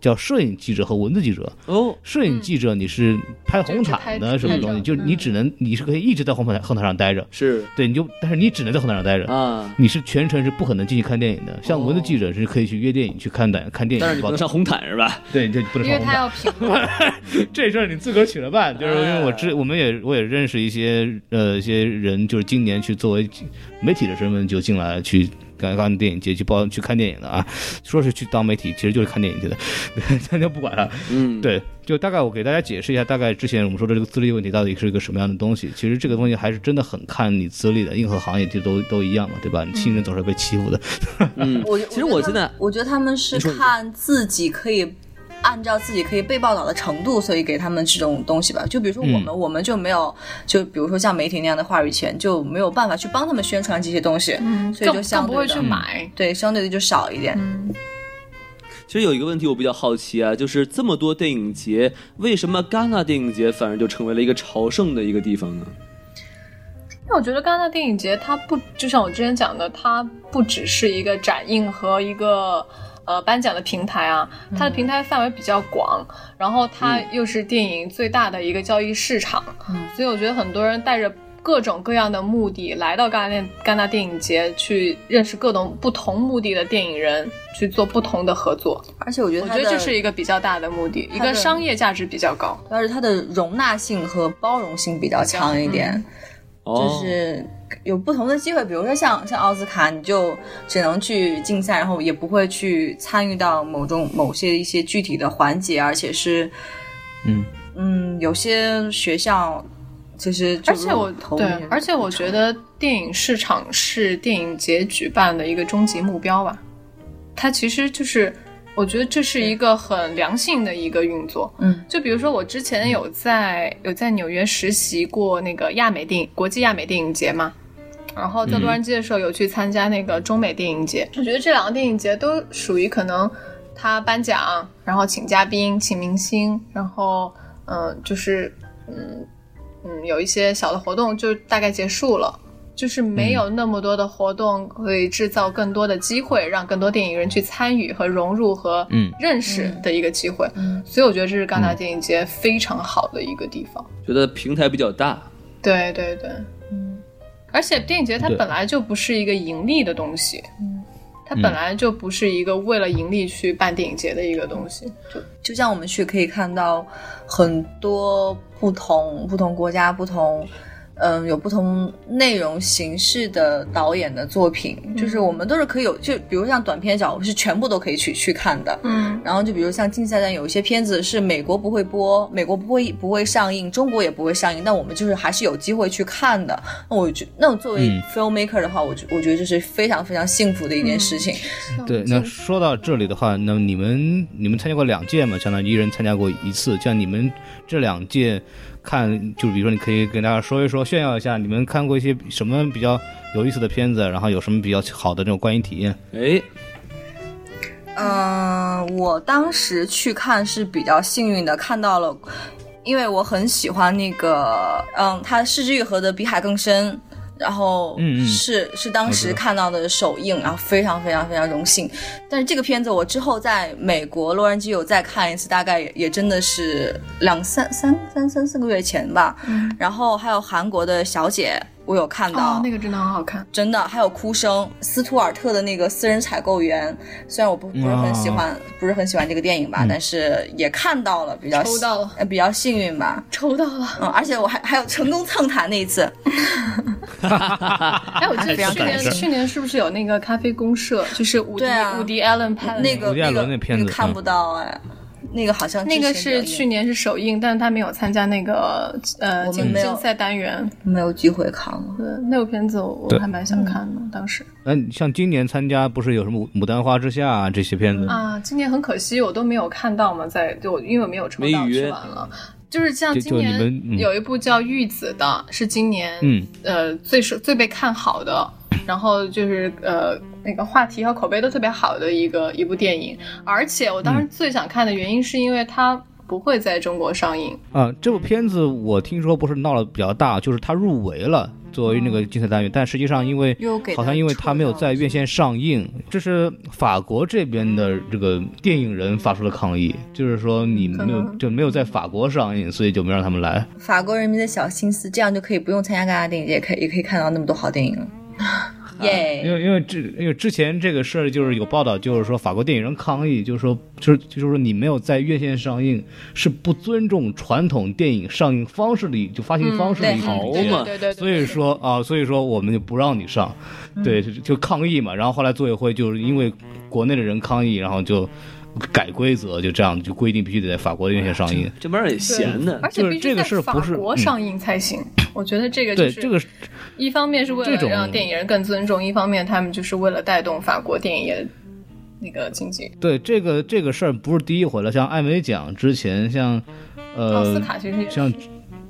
Speaker 2: 叫摄影记者和文字记者。
Speaker 3: 哦，
Speaker 2: 摄影记者你是拍红
Speaker 1: 嗯就是
Speaker 2: 毯
Speaker 1: 拍
Speaker 2: 的什么
Speaker 1: 拍
Speaker 2: 东西，
Speaker 1: 照嗯
Speaker 2: 就你只能你是可以一直在红毯后台上待着，
Speaker 3: 是
Speaker 2: 对，你就但是你只能在后台上待着。
Speaker 3: 啊，
Speaker 2: 你是全程是不可能进去看电影的，像文字记者是可以去约电影去看的，看电影。
Speaker 3: 哦但是你不能上红毯是吧？
Speaker 2: 对，就不能
Speaker 1: 因
Speaker 2: 上
Speaker 1: 为
Speaker 2: 红
Speaker 1: 他
Speaker 2: 毯。
Speaker 1: 要评
Speaker 2: 这事儿你自个儿取了办，就是因为我
Speaker 1: 哎
Speaker 2: 知，我们也我也认识一些呃一些人，就是今年去作为媒体的身份就进来去干干电影节去报去看电影的啊，说是去当媒体，其实就是看电影去的， 咱就不管了。
Speaker 3: 嗯，
Speaker 2: 对，就大概我给大家解释一下，大概之前我们说的这个资历问题到底是一个什么样的东西。其实这个东西还是真的很看你资历的，任何行业就都都一样嘛，对吧？你新人总是被欺负的。
Speaker 3: 嗯，
Speaker 4: 我
Speaker 3: 其实我
Speaker 4: 觉
Speaker 3: 现
Speaker 4: 得他
Speaker 3: 在
Speaker 4: 们我觉得他们是看自己可以。按照自己可以被报道的程度，所以给他们这种东西吧。就比如说我们，
Speaker 2: 嗯
Speaker 4: 我们就没有，就比如说像媒体那样的话语权，就没有办法去帮他们宣传这些东西，
Speaker 1: 嗯
Speaker 4: 所以就
Speaker 1: 更
Speaker 4: 相
Speaker 1: 更不
Speaker 4: 对
Speaker 1: 会
Speaker 4: 的
Speaker 1: 去买。
Speaker 4: 对相对的就少一点。
Speaker 3: 其实有一个问题我比较好奇啊，就是这么多电影节，为什么戛纳电影节反而就成为了一个朝圣的一个地方呢？
Speaker 1: 那我觉得戛纳电影节它不，就像我之前讲的，它不只是一个展映和一个呃颁奖的平台啊，它的
Speaker 4: 嗯
Speaker 1: 平台范围比较广，然后它又是电影最大的一个交易市场，
Speaker 4: 嗯
Speaker 1: 所以我觉得很多人带着。各种各样的目的来到戛纳戛纳电影节，去认识各种不同目的的电影人，去做不同的合作。
Speaker 4: 而且我觉得
Speaker 1: 我
Speaker 4: 它
Speaker 1: 觉
Speaker 4: 的，
Speaker 1: 得这是一个比较大的目的，一
Speaker 4: 它的
Speaker 1: 个商业价值比较高。
Speaker 4: 而且它的容纳性和包容性比较强一点。
Speaker 3: 哦，
Speaker 4: 就是有不同的机会，比如说像像奥斯卡，你就只能去竞赛，然后也不会去参与到某种某些一些具体的环节，而且是
Speaker 2: 嗯
Speaker 4: 嗯，有些学校其实就
Speaker 1: 而且我
Speaker 4: 投
Speaker 1: 对
Speaker 4: 也是，
Speaker 1: 而且我觉得电影市场是电影节举办的一个终极目标吧。它其实就是，我觉得这是一个很良性的一个运作。
Speaker 4: 嗯
Speaker 1: 就比如说我之前有在有在纽约实习过那个亚美电影国际亚美电影节嘛，然后在洛杉矶的时候有去参加那个中美电影节。我觉得这两个电影节都属于可能他颁奖，然后请嘉宾、请明星，然后嗯、呃就是嗯嗯有一些小的活动就大概结束了。就是没有那么多的活动，会制造更多的机会，让更多电影人去参与和融入和
Speaker 2: 嗯
Speaker 1: 认识的一个机会。
Speaker 4: 嗯，
Speaker 1: 所以我觉得这是戛纳电影节非常好的一个地方。
Speaker 3: 觉得平台比较大，
Speaker 1: 对对对，
Speaker 4: 嗯，
Speaker 1: 而且电影节它
Speaker 2: 对
Speaker 1: 本来就不是一个盈利的东西，
Speaker 4: 嗯，
Speaker 1: 它本来就不是一个为了盈利去办电影节的一个东西。
Speaker 4: 就像我们去可以看到很多不同不同国家不同。嗯，有不同内容形式的导演的作品，就是
Speaker 1: 嗯
Speaker 4: 我们都是可以有，就比如像短片角，我是全部都可以去去看的。
Speaker 1: 嗯
Speaker 4: 然后就比如像竞赛战，有一些片子是美国不会播，美国不会不会上映，中国也不会上映，但我们就是还是有机会去看的。那我觉，那我作为
Speaker 2: 嗯
Speaker 4: filmmaker 的话，我觉我觉得这是非常非常幸福的一件事情。
Speaker 1: 嗯
Speaker 2: 对，那说到这里的话，那你们你们参加过两届嘛，相当于一人参加过一次。像你们这两届看，就比如说你可以跟大家说一说，炫耀一下你们看过一些什么比较有意思的片子，然后有什么比较好的这种观影体验。
Speaker 3: 哎，
Speaker 4: 嗯，我当时去看是比较幸运的，看到了，因为我很喜欢那个，嗯，他《失之愈合》的《比海更深》，然后
Speaker 2: 嗯嗯
Speaker 4: 是是当
Speaker 2: 我知
Speaker 4: 时
Speaker 2: 道
Speaker 4: 看到的首映，然后非常非常非常荣幸。但是这个片子我之后在美国洛杉矶有再看一次，大概也也真的是两三三三三四个月前吧。
Speaker 1: 嗯，
Speaker 4: 然后还有韩国的小姐，我有看到，
Speaker 1: 哦，那个真的很好看，
Speaker 4: 真的，还有哭声，斯图尔特的那个私人采购员，虽然我不不是很喜欢，不是很喜欢这个电影吧，
Speaker 2: 嗯
Speaker 4: 但是也看到了，比较
Speaker 1: 抽到了，
Speaker 4: 呃比较幸运吧，
Speaker 1: 抽到了。
Speaker 4: 嗯，而且我还还有成功蹭谈那一次，
Speaker 1: 哎，我记
Speaker 4: 非
Speaker 1: 得
Speaker 4: 常
Speaker 1: 去
Speaker 2: 感
Speaker 1: 年
Speaker 2: 人
Speaker 1: 去年是不是有那个咖啡公社，就是伍迪
Speaker 4: 对啊
Speaker 1: 伍迪艾伦拍的
Speaker 4: 那个
Speaker 2: 伍迪艾
Speaker 4: 那个
Speaker 2: 伦那片子嗯
Speaker 4: 那个看不到哎，那个好像
Speaker 1: 那个
Speaker 4: 之前有
Speaker 1: 是去年是首映，但是他没有参加那个呃
Speaker 4: 我
Speaker 1: 竞
Speaker 4: 们没有
Speaker 1: 竞赛单元。
Speaker 4: 没有机会看了，
Speaker 1: 对，那部片子我
Speaker 2: 对
Speaker 1: 我还蛮想看的，当时
Speaker 2: 那像今年参加不是有什么《牡丹花之下、啊》这些片子？
Speaker 1: 啊，今年很可惜我都没有看到嘛，在就我因为我没有抽
Speaker 3: 没
Speaker 1: 到
Speaker 3: 预
Speaker 1: 去
Speaker 3: 约
Speaker 1: 玩了。就是像
Speaker 2: 嗯就
Speaker 1: 今
Speaker 2: 就你们嗯
Speaker 1: 年有一部叫《玉子》的，是今年
Speaker 2: 嗯
Speaker 1: 呃最受最被看好的，然后就是呃那个话题和口碑都特别好的一个一部电影，而且
Speaker 2: 嗯
Speaker 1: 我当时最想看的原因是因为它不会在中国上映，
Speaker 2: 啊，这部片子我听说不是闹得比较大，就是它入围了作为那个竞赛单元，但实际上因为
Speaker 4: 又给
Speaker 2: 好像因为它没有在
Speaker 4: 院。
Speaker 2: 院线上映，这是法国这边的这个电影人发出了抗议，就是说你没有就没有在法国上映，所以就没让他们来。
Speaker 4: 法国人民的小心思，这样就可以不用参加戛纳电影节，也可以也可以看到那么多好电影了，
Speaker 2: 啊因
Speaker 4: 耶！
Speaker 2: 为因为之因为之前这个事儿就是有报道，就是说法国电影人抗议，就是说就是就是说你没有在院线上映，是不尊重传统电影上映方式的一就发行方式的一种
Speaker 3: 嗯
Speaker 2: 表
Speaker 3: 对
Speaker 2: 现。
Speaker 3: 嘛
Speaker 1: 对嗯对对，
Speaker 2: 所以说啊，所以说我们就不让你上，对，就就抗议嘛。然后后来组委会就是因为国内的人抗议，然后就改规则，就这样就规定必须得在法国的院线上映。
Speaker 3: 这帮人也闲呢
Speaker 1: 而，且
Speaker 2: 就是
Speaker 1: 必须
Speaker 2: 这个
Speaker 1: 在
Speaker 2: 事儿
Speaker 1: 法
Speaker 2: 不是
Speaker 1: 国
Speaker 2: 嗯
Speaker 1: 上映才行。我觉得这个就
Speaker 2: 对，
Speaker 1: 是
Speaker 2: 这个是
Speaker 1: 一方面是为
Speaker 2: 这
Speaker 1: 了
Speaker 2: 种
Speaker 1: 让电影人更尊重，一方面他们就是为了带动法国电影业那个经济。
Speaker 2: 对这个这个事儿不是第一回了，像艾美奖之前，像
Speaker 1: 奥斯
Speaker 2: 呃，
Speaker 1: 卡其实也是
Speaker 2: 像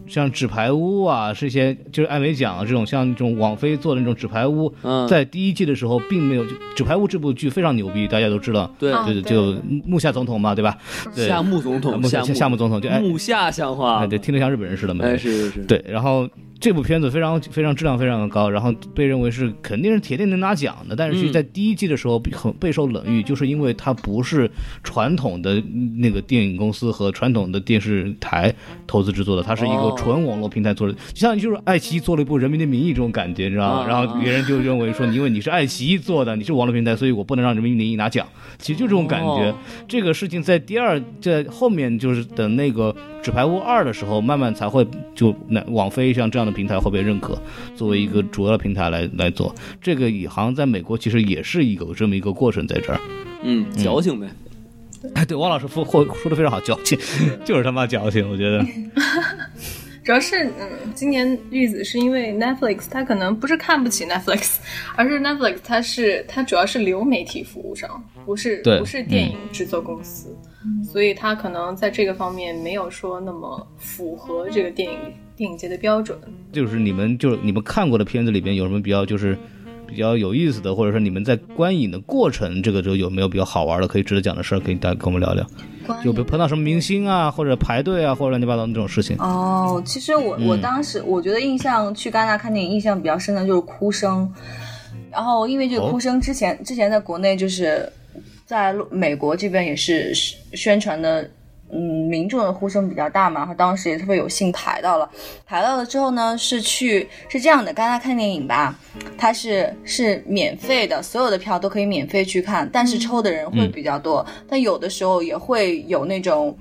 Speaker 2: 像纸牌屋啊，这些就是艾美奖这种像这种网飞做的那种纸牌屋，
Speaker 3: 嗯，
Speaker 2: 在第一季的时候并没有，就纸牌屋这部剧非常牛逼，大家都知道，
Speaker 3: 对，
Speaker 1: 啊
Speaker 2: 对
Speaker 1: 对
Speaker 2: 就木下总统嘛，对吧？对，
Speaker 3: 夏目总
Speaker 2: 啊
Speaker 3: 统，
Speaker 2: 木下夏目
Speaker 3: 目
Speaker 2: 总统就哎
Speaker 3: 木下像话
Speaker 2: 哎，，对，听着像日本人似的嘛。
Speaker 3: 啊哎，是是是，
Speaker 2: 对，然后这部片子非常非常质量非常的高，然后被认为是肯定是铁定能拿奖的，但是其实
Speaker 3: 嗯
Speaker 2: 在第一季的时候很备受冷遇，就是因为它不是传统的那个电影公司和传统的电视台投资制作的，它是一个
Speaker 3: 哦
Speaker 2: 纯网络平台做的，就像就是爱奇艺做了一部《人民的名义》这种感觉，你知道吗？
Speaker 3: 啊
Speaker 2: 然后别人就认为说，因为你是爱奇艺做的，你是网络平台，所以我不能让《人民的名义》拿奖，其实就这种感觉。
Speaker 3: 哦
Speaker 2: 这个事情在第二在后面就是等那个《纸牌屋二》的时候，慢慢才会就那网飞像这样的平台会被认可，作为一个主要的平台来来做。这个也好像在美国其实也是有这么一个过程在这儿。
Speaker 3: 嗯，矫情呗，
Speaker 2: 哎，对，汪老师说说说的非常好，矫情， 就是他妈矫情，我觉得。
Speaker 1: 主要是嗯，今年玉子是因为 Netflix，它可能不是看不起 Netflix，而是 Netflix 它是它主要是流媒体服务商，不是
Speaker 2: 对嗯
Speaker 1: 不是电影制作公司，所以它可能在这个方面没有说那么符合这个电影电影节的标准。
Speaker 2: 就是你们就是你们看过的片子里边有什么比较就是比较有意思的，或者说你们在观影的过程这个时候有没有比较好玩的可以值得讲的事儿，可以大家跟我们聊聊。就比如碰到什么明星啊，或者排队啊，或者乱七八糟那种事情。
Speaker 4: 哦，其实我我
Speaker 2: 嗯
Speaker 4: 当时我觉得印象去戛纳看电影印象比较深的就是哭声，然后因为这个
Speaker 2: 哦
Speaker 4: 哭声之前、之前在国内就是在路美国这边也是宣宣传的。嗯，民众的呼声比较大嘛，然后当时也特别有幸排到了，排到了之后呢，是去是这样的，戛纳看电影吧，它是是免费的，所有的票都可以免费去看，但是抽的人会
Speaker 2: 嗯
Speaker 4: 比较多，但有的时候也会有那种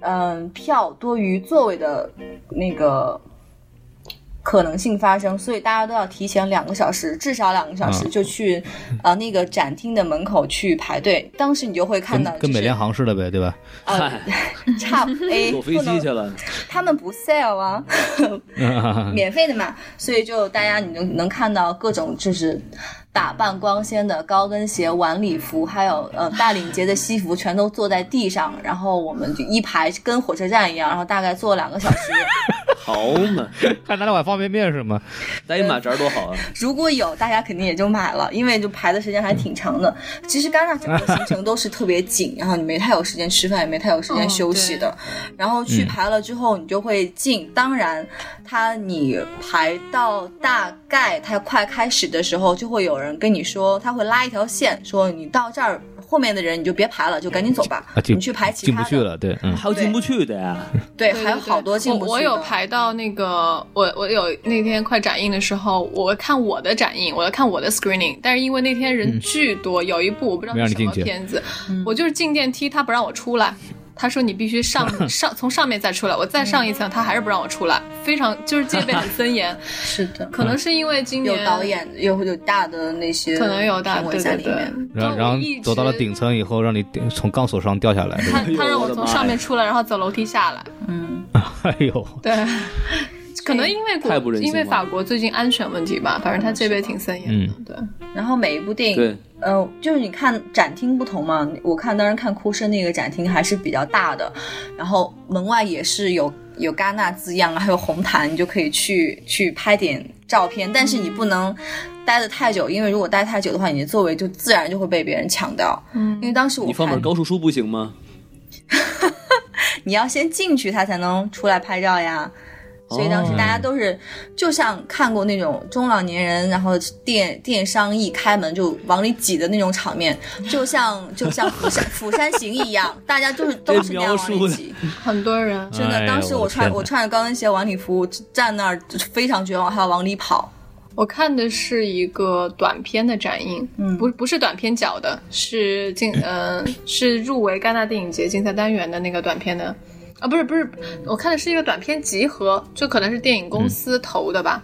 Speaker 4: 嗯，票多于座位的那个可能性发生，所以大家都要提前两个小时，至少两个小时
Speaker 2: 嗯
Speaker 4: 就去啊、呃那个展厅的门口去排队。当时你就会看
Speaker 2: 跟
Speaker 4: 到、就是，
Speaker 2: 跟美联航似的呗，对吧？
Speaker 4: 呃，差不哎，
Speaker 3: 坐飞
Speaker 4: 不能
Speaker 3: 机去了，
Speaker 4: 他们不 sale 啊， 免费的嘛，所以就大家你能能看到各种就是打扮光鲜的高跟鞋、晚礼服，还有呃大领结的西服，全都坐在地上，然后我们就一排跟火车站一样，然后大概坐两个小时。
Speaker 3: 好嘛，
Speaker 2: 还拿了碗方便面是吗？
Speaker 3: 带一马扎多好啊！
Speaker 4: 如果有，大家肯定也就买了，因为就排的时间还挺长的。其实戛纳整个行程都是特别紧，然后你没太有时间吃饭，也没太有时间休息的。然后去排了之后，你就会进。当然，他你排到大概他快开始的时候，就会有人跟你说，他会拉一条线，说你到这儿。后面的人你就别排了，就赶紧走吧。
Speaker 2: 啊，进
Speaker 4: 你去排其
Speaker 2: 进
Speaker 4: 他
Speaker 2: 不
Speaker 4: 的，
Speaker 2: 去了，对，嗯，
Speaker 3: 还有进不去的呀，
Speaker 4: 对，
Speaker 1: 对
Speaker 4: 还有
Speaker 1: 对对
Speaker 4: 好多进不去
Speaker 1: 我我
Speaker 4: 的
Speaker 1: 有排到那个，我我有那天快展映的时候，我看我的展映，我要看我的 screening，但是因为那天人巨多，有一部我不知道
Speaker 2: 嗯没让
Speaker 1: 是
Speaker 2: 你
Speaker 1: 什么
Speaker 2: 进去
Speaker 1: 片子，
Speaker 4: 嗯
Speaker 1: 我就是进电梯，他不让我出来。他说你必须上 上从上面再出来，我再上一层，他还是不让我出来，非常就是戒备很 森严。
Speaker 4: 是的，
Speaker 1: 可能是因为今
Speaker 4: 有
Speaker 1: 年
Speaker 4: 导，演，有有大的那些
Speaker 1: 可能有大
Speaker 4: 评委
Speaker 1: 对
Speaker 4: 在
Speaker 1: 对
Speaker 4: 里
Speaker 1: 对
Speaker 4: 面。，
Speaker 2: 然后
Speaker 1: 就
Speaker 2: 然
Speaker 1: 我
Speaker 2: 后
Speaker 1: 一
Speaker 2: 走到了
Speaker 1: 直
Speaker 2: 顶层以后，让你顶从钢索上掉下来，对 吧
Speaker 1: 他他让
Speaker 3: 哎呦我
Speaker 1: 我
Speaker 3: 的
Speaker 1: 从
Speaker 3: 妈呀
Speaker 1: 上面出来，然后走楼梯下来。
Speaker 4: 嗯，
Speaker 2: 哎呦，
Speaker 1: 对，可能因为国
Speaker 3: 太不人性
Speaker 1: 因为
Speaker 3: 化
Speaker 1: 法国最近安全问题吧，反正他戒备挺森严的。对，
Speaker 3: 嗯
Speaker 4: 然后每一部电影
Speaker 3: 对，
Speaker 4: 呃，就是你看展厅不同嘛，我看当然看哭声那个展厅还是比较大的，然后门外也是有有戛纳字样啊，还有红毯，你就可以去去拍点照片，但是你不能待得太久，因为如果待太久的话，你的座位就自然就会被别人抢掉。
Speaker 1: 嗯
Speaker 4: 因为当时我
Speaker 3: 你放
Speaker 4: 看
Speaker 3: 本高数书不行吗？
Speaker 4: 你要先进去，他才能出来拍照呀。所以当时大家都是，就像看过那种中老年人，然后电电商一开门就往里挤的那种场面，就 像就像釜山釜山行一样，大家就是都是那样往里挤。
Speaker 1: 很多人
Speaker 4: 真的，当时哎我穿我穿着高跟鞋晚礼服站那儿，就是非常绝望，还要往里跑。
Speaker 1: 我看的是一个短片的展映，
Speaker 4: 嗯
Speaker 1: 不不是短片角的，是竞呃是入围戛纳电影节竞赛单元的那个短片的。啊，不是不是，我看的是一个短片集合，就可能是电影
Speaker 3: 嗯
Speaker 1: 公司投的吧，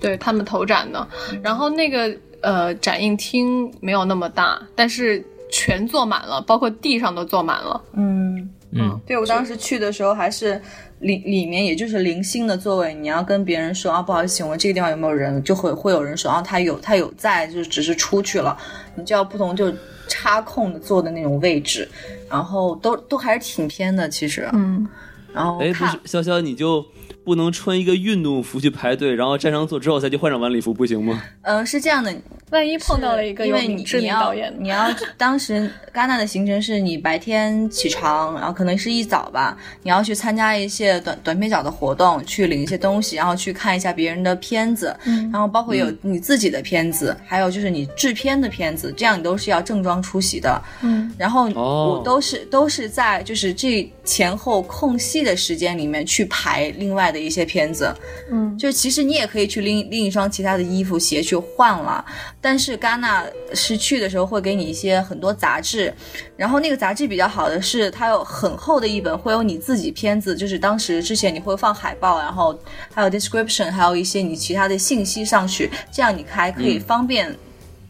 Speaker 1: 对他们投展的。然后那个呃展映厅没有那么大，但是全坐满了，包括地上都坐满了。
Speaker 4: 嗯，
Speaker 2: 嗯，
Speaker 4: 对我当时去的时候还是里里面也就是零星的座位，你要跟别人说啊，不好意思，请问这个地方有没有人，就会会有人说啊，他有他有在，就只是出去了，你就要不同就插空的坐的那种位置，然后都都还是挺偏的其实，
Speaker 1: 嗯，
Speaker 4: 然后
Speaker 3: 哎，不
Speaker 4: 看
Speaker 3: 是，潇潇，你就不能穿一个运动服去排队，然后站上座之后再去换上晚礼服，不行吗？
Speaker 4: 嗯、呃是这样的，
Speaker 1: 万一碰到了一个
Speaker 4: 因
Speaker 1: 有
Speaker 4: 为
Speaker 1: 名
Speaker 4: 你
Speaker 1: 知
Speaker 4: 你
Speaker 1: 名
Speaker 4: 要
Speaker 1: 导演呢，
Speaker 4: 你要当时戛纳的行程是你白天起床，然后可能是一早吧，你要去参加一些短短片角的活动，去领一些东西，然后去看一下别人的片子，
Speaker 1: 嗯
Speaker 4: 然后包括有你自己的片子，还有就是你制片的片子，这样你都是要正装出席的。
Speaker 1: 嗯，
Speaker 4: 然后
Speaker 3: 哦
Speaker 4: 我都是、都是在就是这前后空隙的时间里面去排另外的一些片子，
Speaker 1: 嗯，
Speaker 4: 就其实你也可以去拎拎一双其他的衣服鞋去换了，但是戛纳是去的时候会给你一些很多杂志，然后那个杂志比较好的是它有很厚的一本，会有你自己片子，就是当时之前你会放海报，然后还有 description，还有一些你其他的信息上去，这样你还可以方便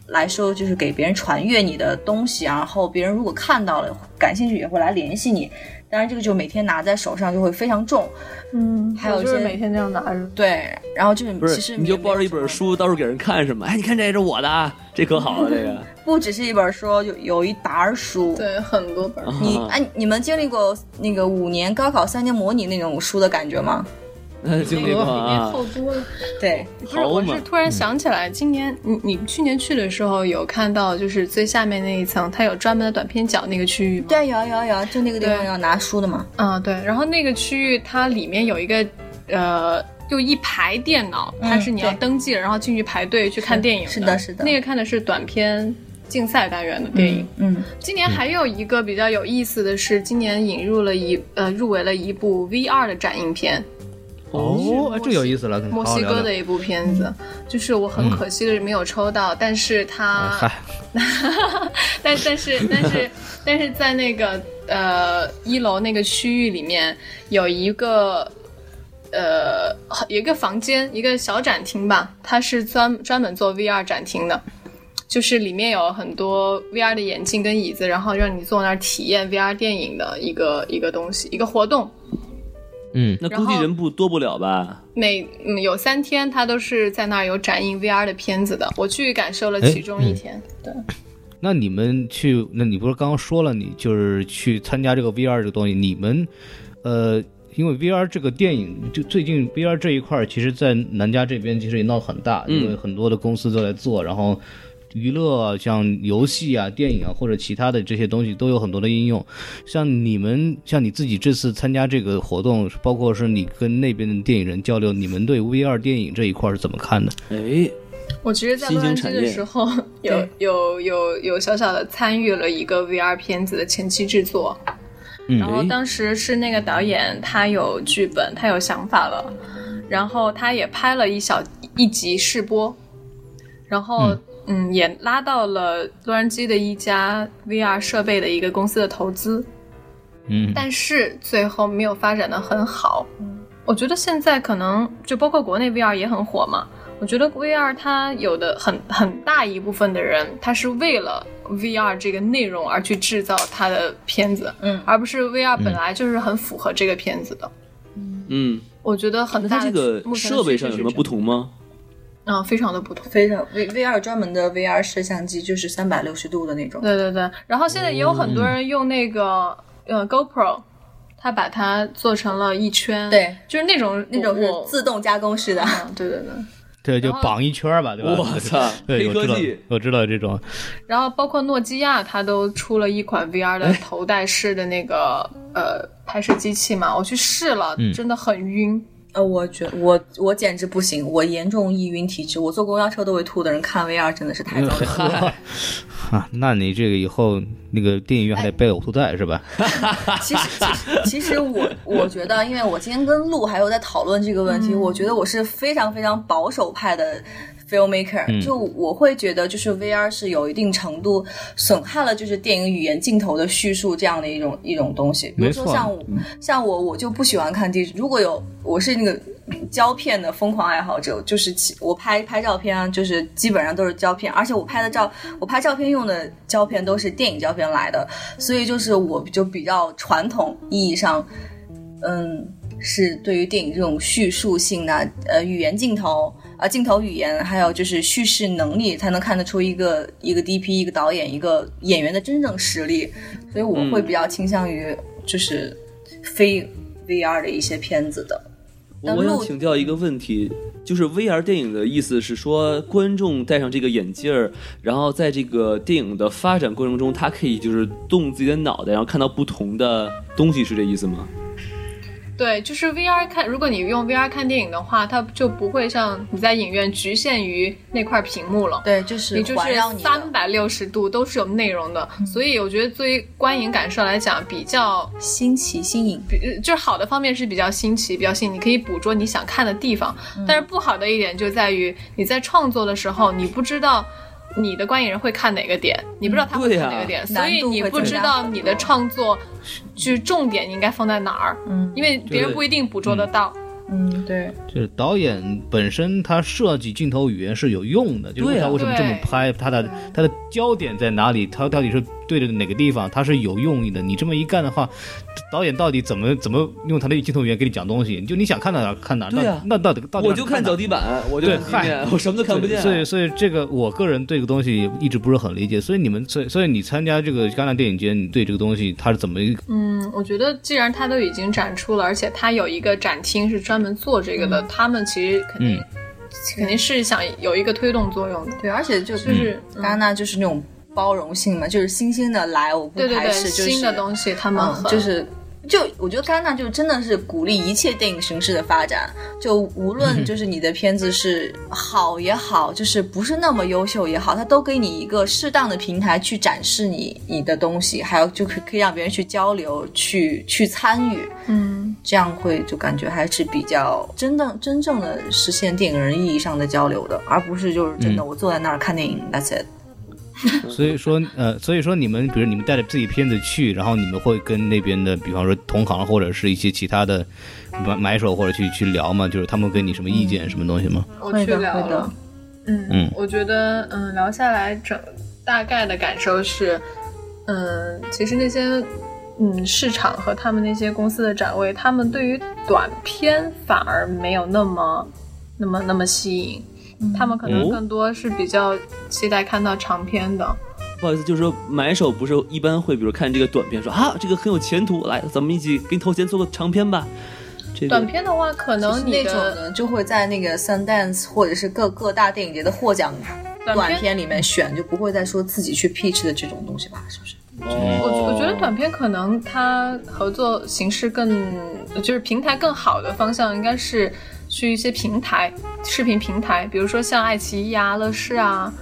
Speaker 4: 来说，就是给别人传阅你的东西，然后别人如果看到了感兴趣也会来联系你。当然，这个就每天拿在手上就会非常重，
Speaker 1: 嗯，
Speaker 4: 还有
Speaker 1: 我就是
Speaker 4: 一些
Speaker 1: 每天这样拿着。
Speaker 4: 对。然后就是
Speaker 3: 不
Speaker 4: 其实
Speaker 3: 是，你就
Speaker 4: 也没有
Speaker 3: 抱着一
Speaker 4: 什
Speaker 3: 本
Speaker 4: 么
Speaker 3: 书到处给人看是吗？哎，你看这是我的，啊，这可好了，这 个。
Speaker 4: 不只是一本书，有有一沓儿书。
Speaker 1: 对，很多本儿。
Speaker 4: 你
Speaker 3: 啊
Speaker 4: 哎、你们经历过那个五年高考三年模拟那种书的感觉吗？
Speaker 3: 经历过啊，
Speaker 1: 多了。
Speaker 4: 对，
Speaker 1: 不是，
Speaker 3: 好嗯
Speaker 1: 我
Speaker 3: 嘛
Speaker 1: 是突然想起来，今年你你去年去的时候有看到，就是最下面那一层，它有专门的短片角那个区域吗？，
Speaker 4: 对，有啊有啊有啊，就那个地方
Speaker 1: 对
Speaker 4: 要拿书的嘛。
Speaker 1: 啊对。然后那个区域它里面有一个呃，就一排电脑，
Speaker 4: 嗯
Speaker 1: 它是你要
Speaker 4: 对
Speaker 1: 登记了，然后进去排队去看电影
Speaker 4: 是的，是的。
Speaker 1: 那个看的是短片竞赛单元的电影。
Speaker 4: 嗯，
Speaker 1: 今年还有一个比较有意思的是，今年引入了一呃入围了一部 VR 的展映片，
Speaker 2: 哦，哎这有意思了，
Speaker 1: 墨
Speaker 2: 好好
Speaker 1: 西
Speaker 2: 聊
Speaker 1: 哥
Speaker 2: 聊
Speaker 1: 的一部片子，就是我
Speaker 4: 嗯
Speaker 1: 很可惜的是没有抽到，但是
Speaker 2: 哎
Speaker 1: 它，
Speaker 2: 嗨，
Speaker 1: 但但是但是但是在那个呃一楼那个区域里面有一个呃一个房间，一个小展厅吧，它是专专门做 VR 展厅的，就是里面有很多 VR 的眼镜跟椅子，然后让你坐那儿体验 VR 电影的一个一个东西，一个活动。
Speaker 2: 嗯，
Speaker 3: 那
Speaker 1: 然
Speaker 3: 估计
Speaker 1: 后
Speaker 3: 人不多不了吧？
Speaker 1: 每嗯有三天，它都是在那儿有展映 VR 的片子的。我去感受了其中一天，对。
Speaker 2: 那你们去，那你不是刚刚说了，你就是去参加这个 VR 这个东西，你们，呃，因为 VR 这个电影，就最近 VR 这一块儿，其实，在南加这边其实也闹得很大，因为很多的公司都在做，然后。娱乐啊像游戏啊、电影啊，或者其他的这些东西都有很多的应用。像你们，像你自己这次参加这个活动，包括是你跟那边的电影人交流，你们对 VR 电影这一块儿是怎么看的？
Speaker 3: 哎，
Speaker 1: 我其实，在
Speaker 3: 新
Speaker 1: 洛杉
Speaker 3: 兴
Speaker 1: 矶
Speaker 3: 产
Speaker 1: 的
Speaker 3: 业
Speaker 1: 时候，有有有有小小的参与了一个 VR 片子的前期制作，然
Speaker 2: 哎
Speaker 1: 后当时是那个导演他有剧本，他有想法了，然后他也拍了一小一集试播，然后
Speaker 2: 嗯
Speaker 1: 嗯也拉到了洛杉矶的一家 VR 设备的一个公司的投资，
Speaker 2: 嗯，
Speaker 1: 但是最后没有发展的很好。
Speaker 4: 嗯
Speaker 1: 我觉得现在可能就包括国内 VR 也很火嘛。我觉得 VR 它有的很很大一部分的人，他是为了 VR 这个内容而去制造他的片子，
Speaker 4: 嗯
Speaker 1: 而不是 VR 本来就是很符合这个片子的。
Speaker 3: 嗯，
Speaker 1: 我觉得
Speaker 3: 那
Speaker 1: 很
Speaker 3: 它
Speaker 1: 大
Speaker 3: 这
Speaker 1: 的
Speaker 3: 个
Speaker 1: 目前的
Speaker 3: 设
Speaker 1: 趋
Speaker 3: 备
Speaker 1: 势
Speaker 3: 上有
Speaker 1: 是
Speaker 3: 什么
Speaker 1: 这
Speaker 3: 不
Speaker 1: 样？
Speaker 3: 同吗？
Speaker 1: 嗯，非常的不同。
Speaker 4: 非常 V V R 专门的 V R 摄像机，就是三百六十度的那种。
Speaker 1: 对对对，然后现在也有很多人用那个、呃 GoPro，他把它做成了一圈，
Speaker 4: 对，
Speaker 1: 就是那种
Speaker 4: 那种
Speaker 1: 我
Speaker 4: 是自动加工式的。
Speaker 1: 嗯，对对对。
Speaker 2: 对，就
Speaker 1: 然后
Speaker 2: 绑一圈儿吧，对吧？
Speaker 3: 我操，
Speaker 2: 对，
Speaker 3: 黑
Speaker 2: 我知
Speaker 3: 科
Speaker 2: 道
Speaker 3: 技，，
Speaker 2: 我知道这 种，
Speaker 1: 然后包括诺基亚，它都出了一款 VR
Speaker 4: 哎
Speaker 1: 的头戴式的那个、呃拍摄机器嘛，我去试了，
Speaker 2: 嗯
Speaker 1: 真的很晕。
Speaker 4: 呃，我觉我我简直不行，我严重易晕体质，我坐公交车都会吐的人，看 VR 真的是太糟 糕了。
Speaker 2: 啊，那你这个以后那个电影院
Speaker 3: 哎
Speaker 2: 还得备呕吐袋是吧？
Speaker 4: 其实其实其实我我觉得，因为我今天跟陆还有在讨论这个问题，我觉得我是非常非常保守派的 filmmaker，、
Speaker 2: 嗯
Speaker 4: 就我会觉得就是 VR 是有一定程度损害了就是电影语言镜头的叙述这样的一种一种东西。比如说
Speaker 2: 没错嗯
Speaker 4: 像我像我我就不喜欢看地如果有我是那个。胶片的疯狂爱好者，就是其我拍拍照片啊，就是基本上都是胶片，而且我拍的照，我拍照片用的胶片都是电影胶片来的，所以就是我就比较传统意义上，嗯，是对于电影这种叙述性的呃语言镜头啊、镜头语言，还有就是叙事能力，才能看得出一个一个 DP、一个导演、一个演员的真正实力。所以我会比较倾向于就是非 VR 的一些片子的。
Speaker 3: 我
Speaker 4: 但
Speaker 3: 我想
Speaker 4: 录
Speaker 3: 请教一个问题，就是 VR 电影的意思是说，观众戴上这个眼镜儿，然后在这个电影的发展过程中，他可以就是动自己的脑袋，然后看到不同的东西，是这意思吗？
Speaker 1: 对，就是 VR 看，如果你用 VR 看电影的话，它就不会像你在影院局限于那块屏幕了。
Speaker 4: 对，就是
Speaker 1: 你就
Speaker 4: 环
Speaker 1: 是
Speaker 4: 绕你的嗯
Speaker 1: 三百六十度都是有内容的，所以我觉得对于观影感受来讲，比较
Speaker 4: 新奇新颖。
Speaker 1: 比呃就是好的方面是比较新奇、比较新，你可以捕捉你想看的地方。但是不好的一点就在于你在创作的时候，你不知道你的观影人会看哪个点，你不知道他会
Speaker 3: 对
Speaker 1: 看
Speaker 3: 啊
Speaker 1: 哪个点，所
Speaker 4: 难
Speaker 1: 以
Speaker 4: 度
Speaker 1: 你
Speaker 4: 会
Speaker 1: 不
Speaker 4: 增
Speaker 1: 知
Speaker 4: 加
Speaker 1: 道
Speaker 4: 很
Speaker 1: 你
Speaker 4: 多
Speaker 1: 的创作就是重点应该放在哪儿，
Speaker 4: 嗯
Speaker 1: 因为别人
Speaker 3: 对
Speaker 1: 不一定捕捉得到。
Speaker 4: 嗯，对，
Speaker 2: 就是导演本身他设计镜头语言是有用的，就是
Speaker 3: 对嗯啊
Speaker 2: 他为什么这么
Speaker 1: 对
Speaker 2: 拍，他的他的焦点在哪里，他到底是对着哪个地方，他是有用意的。你这么一干的话，导演到底怎么怎么用他的镜头语言给你讲东西？你就你想看到哪儿看哪儿，
Speaker 3: 对啊
Speaker 2: 那那到底到底
Speaker 3: 我就看
Speaker 2: 哪儿
Speaker 3: 脚底板，我就
Speaker 2: 对
Speaker 3: 看地面，我什么都 看不见。啊
Speaker 2: 所以，所以这个我个人对这个东西一直不是很理解。所以你们，所以所以你参加这个戛纳电影节，你对这个东西它是怎么一个？
Speaker 1: 嗯，我觉得既然它都已经展出了，而且它有一个展厅是专门做这个的，他们其实肯定、
Speaker 2: 嗯
Speaker 1: 肯定是想有一个推动作用的。
Speaker 4: 对，而且就就
Speaker 1: 就是
Speaker 4: 戛纳就是嗯那种包容性嘛，就是新兴的来，我不
Speaker 1: 对对
Speaker 4: 排
Speaker 1: 对，
Speaker 4: 斥，就是
Speaker 1: 新的东西他们
Speaker 4: 嗯
Speaker 1: 很、，
Speaker 4: 就是。就我觉得戛纳就真的是鼓励一切电影形式的发展，就无论就是你的片子是好也好，就是不是那么优秀也好，它都给你一个适当的平台去展示你你的东西，还有就可可以让别人去交流、去去参与，
Speaker 1: 嗯。
Speaker 4: 这样会就感觉还是比较真正真正的实现电影人意义上的交流的，而不是就是真的
Speaker 2: 嗯
Speaker 4: 我坐在那儿看电影、t h a t s it。
Speaker 2: 所以说，呃，所以说你们，比如你们带着自己片子去，然后你们会跟那边的，比方说同行或者是一些其他的买买手或者去去聊嘛，就是他们给你什么意见、什么东西吗？
Speaker 1: 我
Speaker 4: 会
Speaker 1: 去
Speaker 4: 的
Speaker 1: 聊
Speaker 4: 会的
Speaker 1: 了。嗯
Speaker 2: 嗯
Speaker 1: 我觉得嗯，聊下来整大概的感受是，嗯，其实那些嗯市场和他们那些公司的展位，他们对于短片反而没有那么那么那么吸引，
Speaker 4: 嗯
Speaker 1: 他们可能
Speaker 3: 哦
Speaker 1: 更多是比较期待看到长片的。
Speaker 3: 不好意思，就是说买手不是一般会，比如看这个短片说啊，这个很有前途，来，咱们一起给你投钱做个长片吧。这
Speaker 1: 短
Speaker 3: 个
Speaker 1: 片的话，可能
Speaker 4: 那
Speaker 1: 你
Speaker 4: 种
Speaker 1: 的
Speaker 4: 呢，就会在那个 Sundance 或者是各各大电影节的获奖短
Speaker 1: 短片
Speaker 4: 片里面选，就不会再说自己去 pitch 的这种东西吧？是不是？
Speaker 1: 我
Speaker 3: 哦
Speaker 1: 我觉得短片可能它合作形式更，就是平台更好的方向应该是去一些平台，视频平台，比如说像爱奇艺啊、乐视啊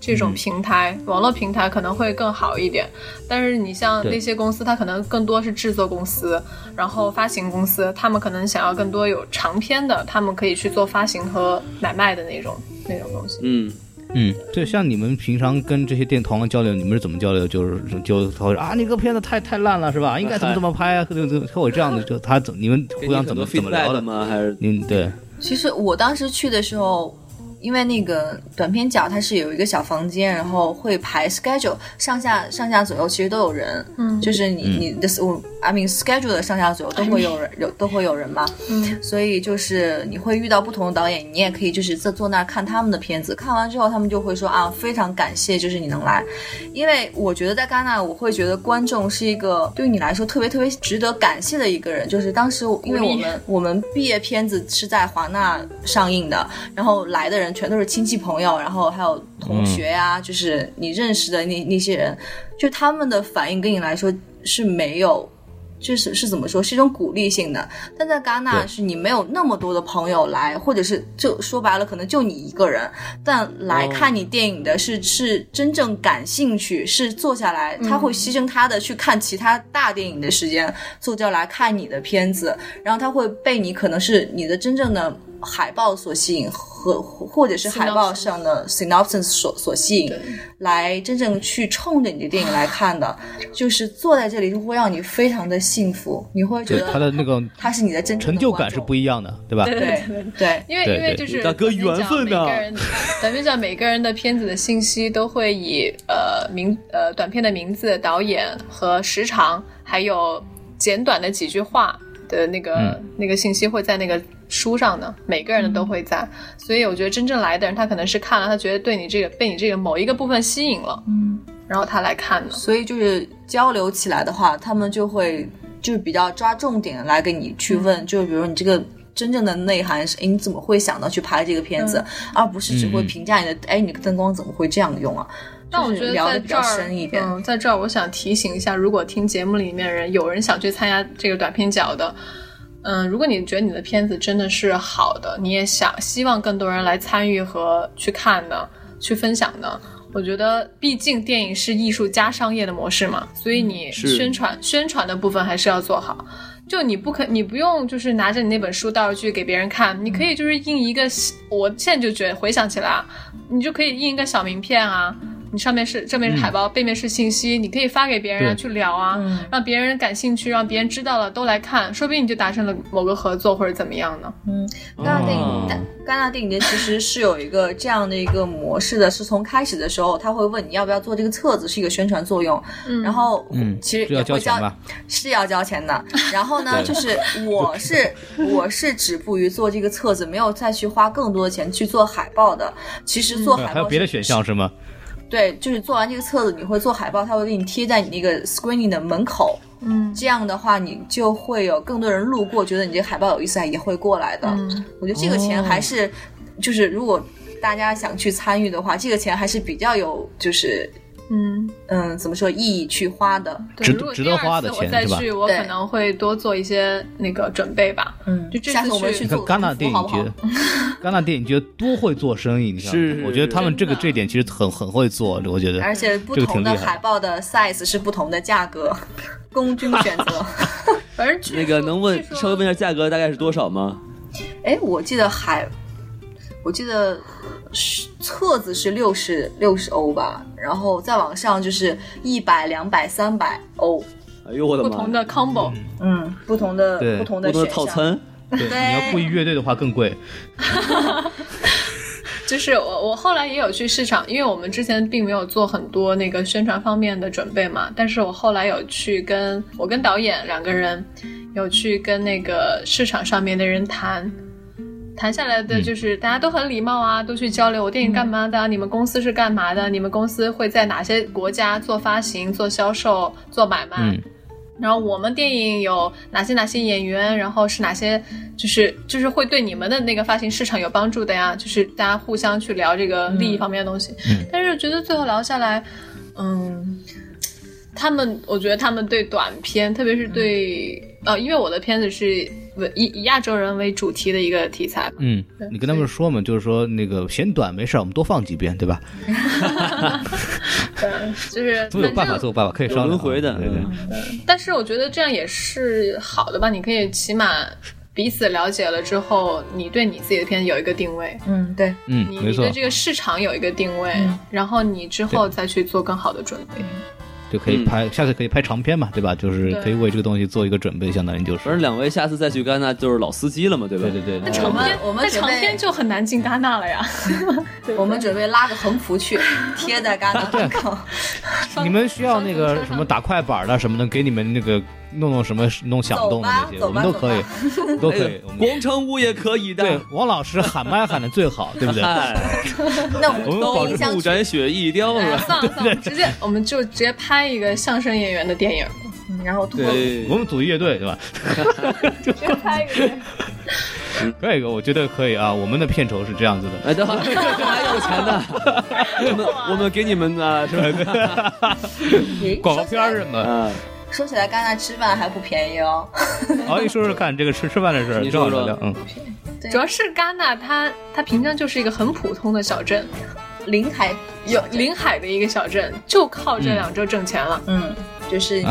Speaker 1: 这
Speaker 3: 嗯
Speaker 1: 种平台，网络平台可能会更好一点。但是你像
Speaker 3: 对
Speaker 1: 那些公司，它可能更多是制作公司，然后发行公司，他们可能想要更多有长篇的，他们可以去做发行和买卖的那种那种东西。
Speaker 3: 嗯，
Speaker 2: 嗯，对，像你们平常跟这些电同行交流，你们是怎么交流？就是就他会说啊，那个片子太太烂了，是吧？应该怎么怎么拍啊？就就会有这样的，就他怎你们互
Speaker 3: 给你
Speaker 2: 相
Speaker 3: 很
Speaker 2: 怎
Speaker 3: 多
Speaker 2: 么怎么
Speaker 3: feedback
Speaker 2: 聊的？
Speaker 3: 吗？还是
Speaker 2: 嗯，对，
Speaker 4: 其实我当时去的时候，因为那个短片角它是有一个小房间，然后会排 schedule 上下上下左右，其实都有人。
Speaker 1: 嗯
Speaker 4: 就是你、
Speaker 2: 嗯
Speaker 4: 你的我 I mean schedule 的上下左右都会有人，有都会有人嘛。
Speaker 1: 嗯，
Speaker 4: 所以就是你会遇到不同的导演，你也可以就是在坐那儿看他们的片子，看完之后他们就会说啊，非常感谢，就是你能来，因为我觉得在戛纳，我会觉得观众是一个对你来说特别特别值得感谢的一个人，就是当时我因为
Speaker 1: 鼓励
Speaker 4: 我们我们毕业片子是在华纳上映的，然后来的人全都是亲戚朋友，然后还有同学呀、就是你认识的那那些人，就他们的反应跟你来说是没有。就是是怎么说，是一种鼓励性的，但在戛纳
Speaker 2: 对
Speaker 4: 是你没有那么多的朋友来，或者是就说白了，可能就你一个人，但来
Speaker 3: 哦
Speaker 4: 看你电影的是、是真正感兴趣，是坐下来，他会牺牲他的去看其他大电影的时间，坐下来看你的片子，然后他会被你可能是你的真正的海报所吸引和或者是海报
Speaker 1: Synopsis
Speaker 4: 上的 synopsis 所所吸引，来真正去冲着你的电影来看的，就是坐在这里就会让你非常的幸福，你会觉
Speaker 2: 对，
Speaker 4: 得
Speaker 2: 他的那个
Speaker 4: 他是你的真正的
Speaker 2: 成就感是
Speaker 4: 观众
Speaker 2: 不一样的，对吧？
Speaker 4: 嗯对对，
Speaker 1: 因为
Speaker 2: 对
Speaker 1: 因为
Speaker 2: 对
Speaker 1: 就是
Speaker 3: 大哥
Speaker 1: 咱们讲
Speaker 3: 缘分
Speaker 1: 每
Speaker 3: 呐
Speaker 1: 个人咱们讲每个人的片子的信息都会以呃名呃短片的名字、导演和时长，还有简短的几句话的那个、
Speaker 2: 嗯
Speaker 1: 那个信息会在那个书上呢，每个人的都会在。
Speaker 2: 嗯
Speaker 1: 所以我觉得真正来的人，他可能是看了，他觉得对你这个被你这个某一个部分吸引了，
Speaker 4: 嗯。
Speaker 1: 然后他来看的。
Speaker 4: 所以就是交流起来的话，他们就会就是比较抓重点来给你去问，就是比如你这个。真正的内涵是，哎，你怎么会想到去拍这个片子，
Speaker 1: 嗯
Speaker 4: 而不是只会
Speaker 2: 嗯嗯
Speaker 4: 评价你的，哎，你的灯光怎么会这样用啊？
Speaker 1: 但我
Speaker 4: 就是
Speaker 1: 觉得
Speaker 4: 聊
Speaker 1: 在
Speaker 4: 得比
Speaker 1: 这
Speaker 4: 较
Speaker 1: 儿，
Speaker 4: 深一点
Speaker 1: 嗯，在这儿我想提醒一下，如果听节目里面人有人想去参加这个短片角的，嗯，如果你觉得你的片子真的是好的，你也想希望更多人来参与和去看的，去分享的。我觉得，毕竟电影是艺术加商业的模式嘛，所以你
Speaker 3: 是
Speaker 1: 宣传宣传的部分还是要做好。就你不可，你不用就是拿着你那本书到处去给别人看，你可以就是印一个，我现在就觉得回想起来啊，你就可以印一个小名片啊，你上面是正面是海报，背面是信息，你可以发给别人啊，
Speaker 2: 对
Speaker 1: 去聊啊，
Speaker 4: 嗯
Speaker 1: 让别人感兴趣，让别人知道了都来看，说不定你就达成了某个合作或者怎么样呢？
Speaker 4: 戛纳电
Speaker 2: 嗯
Speaker 4: 影
Speaker 3: 哦
Speaker 4: 但戛纳电影节其实是有一个这样的一个模式的，是从开始的时候他会问你要不要做这个册子，是一个宣传作用，
Speaker 1: 嗯
Speaker 4: 然后
Speaker 2: 嗯
Speaker 4: 其实
Speaker 2: 这
Speaker 4: 也
Speaker 2: 要
Speaker 4: 会
Speaker 2: 交钱吧？
Speaker 4: 是要交钱 的。然后呢，
Speaker 2: 对
Speaker 4: 就是我是我是止步于做这个册子，没有再去花更多的钱去做海报的。其实做海报、
Speaker 2: 嗯还有别的选项，是吗？
Speaker 4: 对，就是做完这个册子，你会做海报，它会给你贴在你那个 screening 的门口。
Speaker 1: 嗯
Speaker 4: 这样的话，你就会有更多人路过，觉得你这海报有意思，哎也会过来的。
Speaker 1: 嗯，
Speaker 4: 我觉得这个钱
Speaker 3: 哦
Speaker 4: 还是，就是如果大家想去参与的话，这个钱还是比较有，就是
Speaker 1: 嗯，
Speaker 4: 嗯，怎么说意义去花的。
Speaker 1: 对，
Speaker 2: 值
Speaker 1: 如果
Speaker 2: 值
Speaker 1: 第
Speaker 2: 得
Speaker 1: 二
Speaker 2: 花的
Speaker 1: 次我
Speaker 2: 钱
Speaker 1: 再
Speaker 2: 是吧
Speaker 1: 去，我
Speaker 4: 对
Speaker 1: 可能会多做一些那个准备吧。
Speaker 4: 嗯
Speaker 1: 就这
Speaker 4: 下次
Speaker 1: 次
Speaker 4: 我们
Speaker 1: 去
Speaker 4: 去
Speaker 2: 你看
Speaker 4: 做
Speaker 2: 戛纳
Speaker 4: 个
Speaker 2: 电
Speaker 4: 服好
Speaker 2: 影
Speaker 4: 不
Speaker 2: 节
Speaker 4: 好？，
Speaker 2: 戛纳电影节多会做生意，你看，
Speaker 3: 是
Speaker 2: 我觉得他们这个
Speaker 1: 真的
Speaker 2: 这一点其实很很会做，我觉得。
Speaker 4: 嗯而且不
Speaker 2: 这个
Speaker 4: 同
Speaker 2: 挺
Speaker 4: 的
Speaker 2: 厉害
Speaker 4: 海报的 size 是不同的价格， 供君选择。
Speaker 1: 反正据
Speaker 3: 那
Speaker 1: 说
Speaker 3: 个能问
Speaker 1: 据说
Speaker 3: 稍微问一下价格大概是多少吗？
Speaker 4: 哎，我记得海，我记得是册子是六十六十欧吧，然后再往上就是一百、两百、三百欧，
Speaker 3: 哎呦我的
Speaker 1: 不
Speaker 3: 妈！
Speaker 1: 同的 combo，
Speaker 4: 嗯，不同的
Speaker 2: 对
Speaker 4: 不同
Speaker 3: 不
Speaker 4: 的
Speaker 3: 同
Speaker 4: 选
Speaker 3: 的套
Speaker 4: 项
Speaker 3: 餐，
Speaker 2: 对，你要雇一乐队的话更贵。
Speaker 1: 就是我我后来也有去市场，因为我们之前并没有做很多那个宣传方面的准备嘛，但是我后来有去跟我跟导演两个人有去跟那个市场上面的人谈。谈下来的
Speaker 2: 嗯
Speaker 1: 就是大家都很礼貌啊，都去交流我电影干嘛的、啊你们公司是干嘛的，啊你们公司会在哪些国家做发行、做销售、做买
Speaker 4: 啊
Speaker 1: 卖，
Speaker 2: 嗯，
Speaker 1: 然后我们电影有哪些哪些演员，然后是哪些，就是就是会对你们的那个发行市场有帮助的呀，就是大家互相去聊这个利益方面的东西。
Speaker 2: 嗯
Speaker 1: 但是我觉得最后聊下来，嗯，他们我觉得他们对短片，特别是对、
Speaker 2: 嗯
Speaker 1: 呃，因为我的片子是为以以亚洲人为主题的一个题材嘛，
Speaker 2: 嗯，你跟他们说嘛，就是说那个嫌短没事儿，我们多放几遍，对吧？
Speaker 1: 就是
Speaker 2: 总有办法，
Speaker 1: 反正
Speaker 2: 总有办法，可以商量
Speaker 3: 有轮回的
Speaker 2: 对对，对
Speaker 1: 但是我觉得这样也是好的吧，你可以起码彼此了解了之后，你对你自己的片子有一个定位，
Speaker 4: 嗯，对，
Speaker 2: 嗯，
Speaker 1: 你
Speaker 2: 没
Speaker 1: 你
Speaker 2: 错
Speaker 1: 对，这个市场有一个定位，
Speaker 4: 嗯
Speaker 1: 然后你之后再去做更好的准备。
Speaker 2: 就可以
Speaker 3: 嗯
Speaker 2: 拍，下次可以拍长片嘛，对吧？就是
Speaker 1: 对
Speaker 2: 可以为这个东西做一个准备，相当于就
Speaker 3: 反正
Speaker 2: 是。
Speaker 3: 两位下次再去戛纳就是老司机了嘛，对吧？哎
Speaker 2: 对对对
Speaker 1: 那
Speaker 2: 对，
Speaker 1: 长
Speaker 3: 啊
Speaker 4: 们
Speaker 1: 篇，
Speaker 4: 我们
Speaker 1: 那
Speaker 4: 准
Speaker 1: 长
Speaker 4: 备
Speaker 1: 篇就很难进戛纳 了呀。
Speaker 4: 我们准备拉个横幅去贴 在戛纳门口，
Speaker 2: 你们需要那
Speaker 1: 双足车
Speaker 2: 个
Speaker 1: 上
Speaker 2: 什么打快板啊的什么的，给你们那个弄弄什么弄响动的那些，我
Speaker 4: 走吧
Speaker 2: 们都可以，都
Speaker 3: 哎
Speaker 2: 可以。我们
Speaker 3: 广场舞也可以的。
Speaker 2: 对王老师喊麦喊的最好，对不对？
Speaker 3: 哎，
Speaker 4: 那我们
Speaker 2: 我们
Speaker 4: 都
Speaker 2: 保
Speaker 4: 印
Speaker 2: 持
Speaker 4: 象
Speaker 3: 不
Speaker 4: 去，
Speaker 3: 斩雪一雕
Speaker 1: 哎
Speaker 3: 是
Speaker 1: 呀
Speaker 3: 吧？
Speaker 1: 算了 算了，直接我们就直接拍一个相声演员的电影，
Speaker 4: 嗯然后通过
Speaker 3: 对
Speaker 2: 我，们组乐队，对吧？
Speaker 1: 直接拍一个。
Speaker 2: 可以，我觉得可以啊。我们的片酬是这样子的，
Speaker 3: 哎，等会儿这还有钱呢，我们我们给你们呢，是吧？
Speaker 4: 咦
Speaker 2: 广告片儿
Speaker 4: 说起
Speaker 2: 什么的。
Speaker 3: 啊，
Speaker 4: 来说起来，戛纳吃饭还不便宜哦。
Speaker 2: 好，你啊说说看这个吃吃饭的事儿，
Speaker 3: 你说
Speaker 2: 正好
Speaker 3: 说
Speaker 2: 聊聊嗯，
Speaker 4: 对
Speaker 1: 主要是戛纳它，它平常就是一个很普通的小镇，
Speaker 4: 临海
Speaker 1: 有临海的一个小镇，就靠
Speaker 2: 嗯
Speaker 1: 这两周挣钱了。
Speaker 4: 嗯，就是你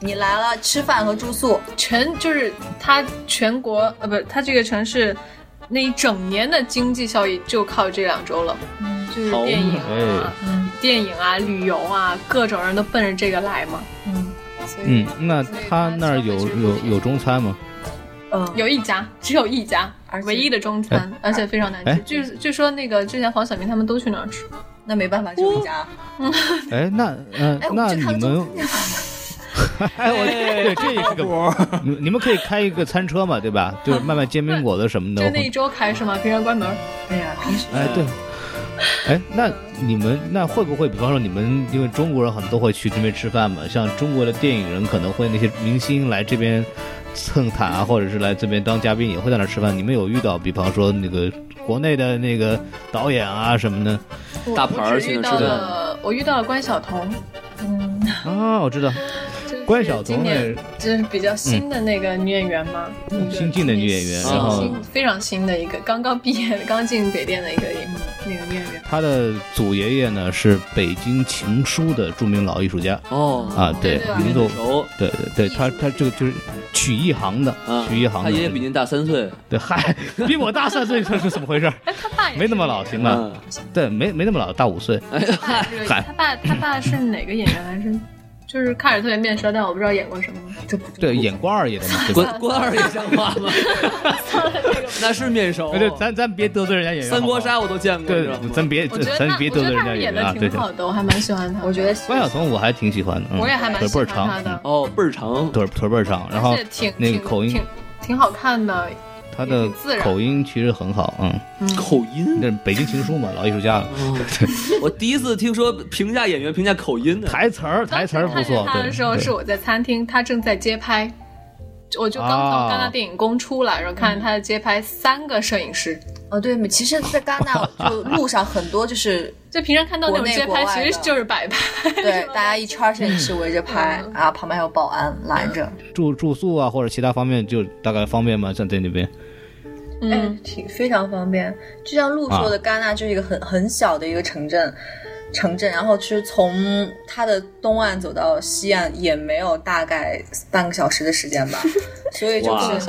Speaker 4: 你来了吃饭和住宿，
Speaker 1: 全就是它全国呃，不，它这个城市那一整年的经济效益就靠这两周了，嗯就是
Speaker 3: 好
Speaker 1: 电影
Speaker 2: 哎
Speaker 1: 啊、
Speaker 4: 嗯
Speaker 1: 电影啊、旅游啊，各种人都奔着这个来嘛。
Speaker 4: 嗯
Speaker 1: 所以
Speaker 2: 嗯，那他那儿有有有中餐吗？
Speaker 4: 嗯，
Speaker 1: 有一家，只有一家
Speaker 4: 而，且
Speaker 1: 唯一的中餐，而且非常难
Speaker 2: 哎
Speaker 1: 吃。据据说那个之前黄晓明他们都去那儿吃，
Speaker 4: 那没办法，只有一家。
Speaker 2: 哎，那嗯
Speaker 4: 哎，我，
Speaker 2: 那
Speaker 4: 们去
Speaker 2: 你
Speaker 4: 看个
Speaker 2: 们
Speaker 4: 中餐
Speaker 2: 哎，我对这也是个，你你们可以开一个餐车嘛，对吧？
Speaker 4: 啊
Speaker 2: 就是卖卖煎饼果子什么的
Speaker 1: 就。那一周开是吗？平常关门。
Speaker 4: 对呀，平时
Speaker 2: 哎， 对。哎，那你们那会不会，比方说你们，因为中国人很多会去这边吃饭嘛，像中国的电影人可能会那些明星来这边蹭塔啊，或者是来这边当嘉宾，也会在那儿吃饭。你们有遇到，比方说那个国内的那个导演啊什么的
Speaker 1: 我
Speaker 3: 大牌
Speaker 1: 我
Speaker 3: 儿
Speaker 1: 只
Speaker 3: 去
Speaker 1: 遇
Speaker 3: 那儿
Speaker 1: 到
Speaker 3: 吃饭
Speaker 1: 了，我遇到了关晓彤，
Speaker 2: 啊，我知道，
Speaker 1: 就是
Speaker 2: 关晓彤
Speaker 1: 今年
Speaker 2: 也
Speaker 1: 就是比较新的那个女演员嘛，那个
Speaker 2: 嗯新进的女演员
Speaker 1: 新
Speaker 3: 然后
Speaker 1: 新非常新的一个，刚刚毕业的，刚进北电的一个演那个女演员。
Speaker 2: 他的祖爷爷呢是北京琴书的著名老艺术家
Speaker 3: 哦，
Speaker 2: 啊，对
Speaker 1: 对对，
Speaker 2: 您都
Speaker 3: 熟
Speaker 2: 对对对，他他这个就是曲艺行的
Speaker 3: 啊，，
Speaker 2: 曲艺行
Speaker 3: 他
Speaker 2: 的，
Speaker 3: 爷爷比您大三岁，
Speaker 2: 对，嗨，比我大三岁，这是怎么回事？
Speaker 1: 哎，他爸也
Speaker 2: 没那么老，行吧？
Speaker 3: 嗯，哎
Speaker 2: 对，没没那么老，大五岁。
Speaker 1: 他爸是
Speaker 2: 嗨
Speaker 1: 他爸他爸是哪个演员来着？就是看着特别面熟，但我不知道演过什么。
Speaker 4: 这不
Speaker 2: 对，演关二爷的嘛，对吧？
Speaker 3: 关关二爷像话吗？那是面熟
Speaker 2: 哎，，对，咱咱别得罪人家演员。
Speaker 3: 三国
Speaker 2: 好
Speaker 3: 杀我都见过，
Speaker 2: 不好，
Speaker 3: 你知道吗
Speaker 2: 对，咱别
Speaker 1: 我觉得
Speaker 2: 咱
Speaker 1: 他
Speaker 2: 别
Speaker 1: 我
Speaker 2: 得
Speaker 1: 觉
Speaker 2: 罪
Speaker 1: 得
Speaker 2: 人
Speaker 1: 他
Speaker 2: 家演
Speaker 1: 演
Speaker 2: 员
Speaker 1: 的
Speaker 2: 啊，对
Speaker 1: 挺
Speaker 2: 对。
Speaker 1: 好的，我还蛮喜欢他。
Speaker 4: 我觉得
Speaker 2: 关晓彤我还挺喜欢的，嗯
Speaker 1: 我也还蛮
Speaker 2: 腿
Speaker 1: 喜
Speaker 2: 倍儿
Speaker 1: 欢他
Speaker 2: 长，
Speaker 1: 的，
Speaker 3: 哦，倍儿长，
Speaker 2: 腿腿倍儿长，然后
Speaker 1: 而且挺
Speaker 2: 那个
Speaker 1: 挺
Speaker 2: 口音
Speaker 1: 挺挺好看的。
Speaker 2: 他的
Speaker 1: 挺自然
Speaker 2: 口音其实很好，嗯，
Speaker 3: 口音。
Speaker 2: 那是北京情书嘛，老艺术家了，
Speaker 1: 嗯
Speaker 3: 我第一次听说评价演员评价口音的，
Speaker 2: 台词儿台词儿不错
Speaker 1: 当时看见，他
Speaker 2: 对
Speaker 1: 的时候是
Speaker 2: 对。
Speaker 1: 我在餐厅，他正在街拍，我就刚从
Speaker 2: 啊
Speaker 1: 戛纳电影宫出来，然后看见他的街拍三个摄影师。
Speaker 4: 哦，对，其实，在戛纳就路上很 多就是
Speaker 1: 就平常看到那种街
Speaker 4: 国
Speaker 1: 拍，
Speaker 4: 内国外的
Speaker 1: 其实就是摆拍。
Speaker 4: 对大家一圈儿摄影师围着拍
Speaker 1: 嗯
Speaker 4: 啊，旁边还有保安拦着，
Speaker 2: 住住宿啊，或者其他方面就大概方便吗？在在那边，
Speaker 4: 哎
Speaker 1: 嗯，，
Speaker 4: 挺非常方便。就像路说的，戛纳就是一个很很小的一个城镇，城镇，然后其实从它的东岸走到西岸也没有大概半个小时的时间吧，所以就
Speaker 3: 哇
Speaker 4: 是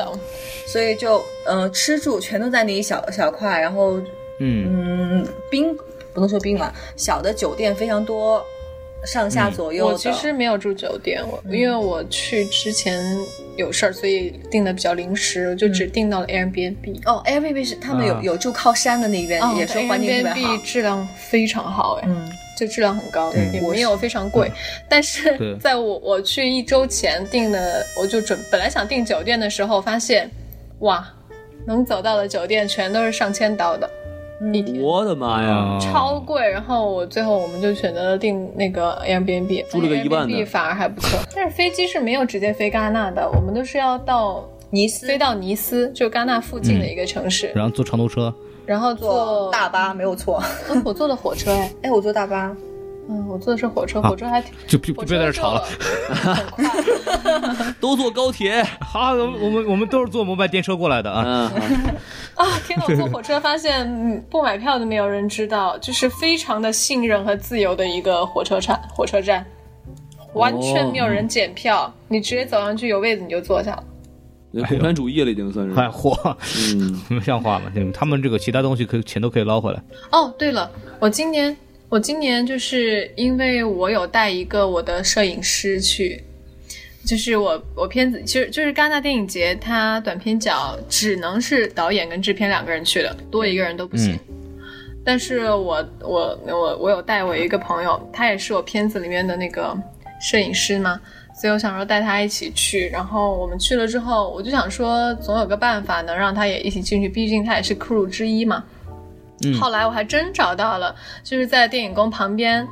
Speaker 4: 所以就嗯、呃吃住全都在那一小小块，然后
Speaker 2: 嗯
Speaker 4: 嗯，宾不能说宾馆，小的酒店非常多，上下左右的。
Speaker 1: 嗯我其实没有住酒店，我因为我去之前有事儿，所以订的比较临时，我就只订到了 Airbnb。
Speaker 4: 哦，Airbnb 是他们有、
Speaker 2: 啊
Speaker 4: 有住靠山的那边，
Speaker 1: 哦
Speaker 4: 也说环境特别好
Speaker 1: Airbnb。质量非常好，哎，
Speaker 4: 嗯，
Speaker 1: 就质量很高，
Speaker 2: 嗯
Speaker 1: 也没有非常
Speaker 3: 嗯
Speaker 1: 贵。但
Speaker 2: 对
Speaker 1: 是 在我我去一周前订的，我就准本来想订酒店的时候，发现哇，能走到的酒店全都是上千刀的，一天。
Speaker 3: 我的
Speaker 2: 哎
Speaker 3: 妈
Speaker 2: 啊
Speaker 3: 呀！
Speaker 1: 超贵，然后我最后我们就选择了订那个 Airbnb，
Speaker 3: 租了个一万的
Speaker 1: Airbnb 反而还不错。但是飞机是没有直接飞戛纳的，我们都是要到
Speaker 4: 尼斯
Speaker 1: 飞到尼斯，就戛纳附
Speaker 3: 嗯
Speaker 1: 近的一个城市，
Speaker 2: 然后坐长途车，
Speaker 1: 然后
Speaker 4: 坐
Speaker 1: 坐
Speaker 4: 大巴没有错。
Speaker 1: 嗯我坐的火车，哎，
Speaker 4: 哎，我坐大巴，
Speaker 1: 嗯，我坐的是火
Speaker 3: 啊
Speaker 1: 车，火车还挺，
Speaker 2: 就就
Speaker 1: 火
Speaker 2: 就
Speaker 1: 车
Speaker 2: 别在这吵了。
Speaker 1: 就很快，
Speaker 3: 都坐高铁，
Speaker 2: 好，我们我们我们都是坐摩拜电车过来的啊。
Speaker 3: 嗯，
Speaker 1: 啊、天呐，我坐火车发现，嗯，不买票都没有人知道，就是非常的信任和自由的一个火车站，火车站完全
Speaker 2: 哦
Speaker 1: 没有人检票，你直接走上去有位子你就坐下了。
Speaker 3: 共产主义了已经算是，
Speaker 2: 哎，嚯，
Speaker 3: 嗯，
Speaker 2: 你们像话吗？他们这个其他东西可以钱都可以捞回来。
Speaker 1: 哦，对了，我今年我今年就是因为我有带一个我的摄影师去。就是我，我片子其实就是戛纳电影节，它短片角只能是导演跟制片两个人去的，多一个人都不
Speaker 2: 嗯
Speaker 1: 行。但是我我我我有带我一个朋友，他也是我片子里面的那个摄影师嘛，所以我想说带他一起去。然后我们去了之后，我就想说总有个办法能让他也一起进去，毕竟他也是 crew 之一嘛。
Speaker 2: 嗯
Speaker 1: 后来我还真找到了，就是在电影宫旁边，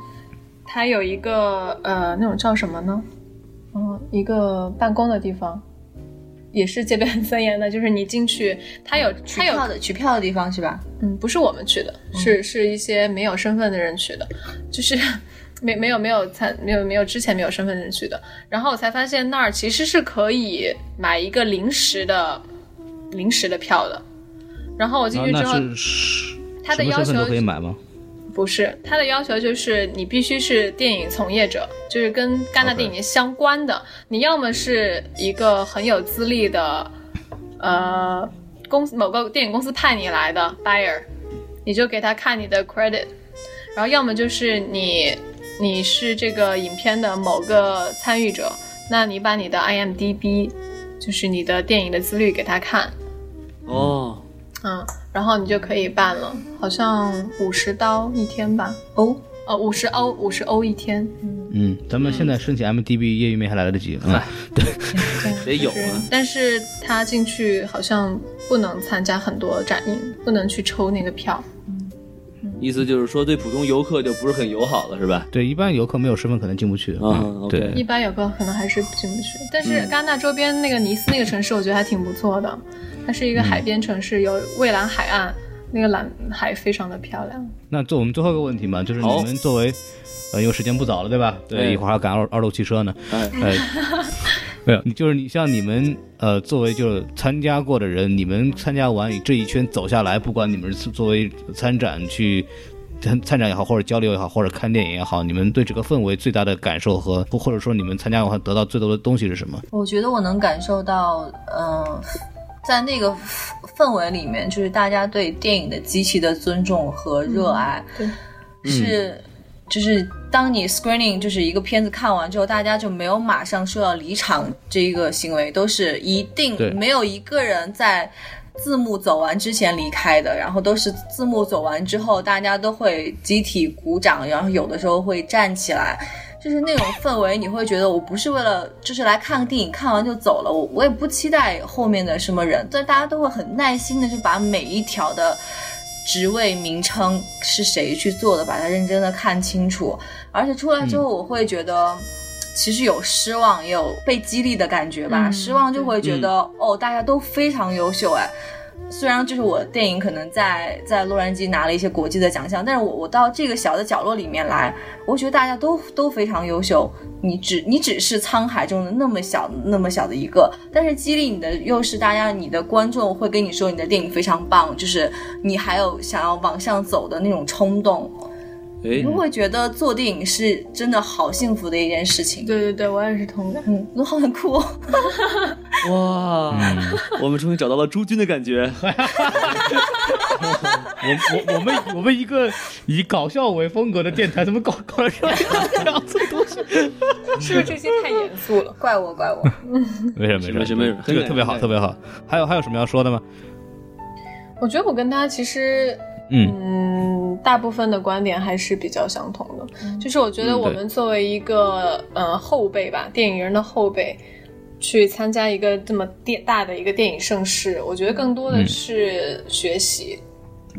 Speaker 1: 它有一个呃那种叫什么呢？嗯，一个办公的地方，也是戒备很 森严的，就是你进去，它有
Speaker 4: 取
Speaker 1: 它有
Speaker 4: 票的取票的地方是吧？
Speaker 1: 嗯，不是我们去的，
Speaker 2: 嗯
Speaker 1: 是是一些没有身份的人去的，就是 没没有没有参没有没有之前没有身份的人去的。然后我才发现那儿其实是可以买一个临时的临时的票的。然后我进
Speaker 2: 啊
Speaker 1: 去之后，
Speaker 2: 那是
Speaker 1: 他的
Speaker 2: 什么
Speaker 1: 要
Speaker 2: 身份
Speaker 1: 求
Speaker 2: 都可以买吗？
Speaker 1: 不是他的要求就是你必须是电影从业者，就是跟戛纳
Speaker 2: OK
Speaker 1: 电影节相关的。你要么是一个很有资历的，呃，公司某个电影公司派你来的 buyer，你就给他看你的 credit，然后要么就是你你是这个影片的某个参与者，那你把你的 IMDB，就是你的电影的资历给他看，
Speaker 3: 哦，
Speaker 1: 嗯，然后你就可以办了，好像五十刀一天吧。
Speaker 4: 哦，
Speaker 1: 呃，五十欧，五十欧一天，
Speaker 2: 嗯，咱们现在申请 MDB 业余面还来得及啊。
Speaker 3: 得有啊，
Speaker 1: 但是他进去好像不能参加很多展映，不能去抽那个票。
Speaker 3: 意思就是说对普通游客就不是很友好了，是吧？
Speaker 2: 对，一般游客没有身份可能进不去
Speaker 3: 啊
Speaker 2: 嗯
Speaker 3: ，OK
Speaker 1: 一
Speaker 2: 对，
Speaker 1: 般游客可能还是进不去。但是戛纳周边那个尼斯那个城市，我觉得还挺不错的，它是一个海边城市，有蔚蓝海岸，那个蓝海非常的漂亮。
Speaker 2: 那做我们最后一个问题嘛，就是
Speaker 3: 好
Speaker 2: 你们作为，呃，因为时间不早了，对吧？
Speaker 3: 哎
Speaker 2: 对，一会儿还要赶二二路汽车呢。
Speaker 3: 哎，
Speaker 2: 哎，没有，你就是你像你们呃，作为就是参加过的人，你们参加完这一圈走下来，不管你们是作为参展去参参展也好，或者交流也好，或者看电影也好，你们对这个氛围最大的感受和或或者说你们参加完得到最多的东西是什么？
Speaker 4: 我觉得我能感受到，嗯、在那个氛围里面，就是大家对电影的极其的尊重和热爱，
Speaker 1: 嗯
Speaker 4: 是。就是当你 screening 就是一个片子看完之后，大家就没有马上说要离场这一个行为，都是一定
Speaker 2: 对
Speaker 4: 没有一个人在字幕走完之前离开的，然后都是字幕走完之后，大家都会集体鼓掌，然后有的时候会站起来，就是那种氛围，你会觉得我不是为了就是来看个电影，看完就走了，我我也不期待后面的什么人，但大家都会很耐心的去把每一条的职位名称是谁去做的，把它认真的看清楚，而且出来之后，
Speaker 1: 嗯
Speaker 4: 我会觉得。其实有失望，也有被激励的感觉吧。
Speaker 1: 嗯
Speaker 4: 失望就会觉得、哦，大家都非常优秀哎，虽然就是我电影可能在在洛杉矶拿了一些国际的奖项，但是我我到这个小的角落里面来，我觉得大家都都非常优秀。你只你只是沧海中的那么小那么小的一个，但是激励你的又是大家，你的观众会跟你说你的电影非常棒，就是你还有想要往上走的那种冲动。
Speaker 3: 哎
Speaker 4: 我，会觉得做电影是真的好幸福的一件事情。
Speaker 1: 对对对，我也是同感。
Speaker 4: 嗯，我好很酷、哦。
Speaker 3: 哇，
Speaker 2: 嗯，
Speaker 3: 我们终于找到了朱军的感觉。
Speaker 2: 我我我们我们一个以搞笑为风格的电台，怎么搞搞成这样子的东西？
Speaker 1: 是不是这期太严肃了？
Speaker 4: 怪我，怪 我！
Speaker 2: 没事没
Speaker 3: 没事没事
Speaker 2: 这个特别好，
Speaker 3: 很感人
Speaker 2: 特别好。还有还有什么要说的吗？
Speaker 1: 我觉得我跟他其实，
Speaker 2: 嗯
Speaker 1: 嗯，大部分的观点还是比较相同的。就是我觉得
Speaker 2: 嗯
Speaker 1: 我
Speaker 2: 对
Speaker 1: 们作为一个、呃后辈吧，电影人的后辈，去参加一个这么电大的一个电影盛世，我觉得更多的
Speaker 2: 嗯
Speaker 1: 是学习。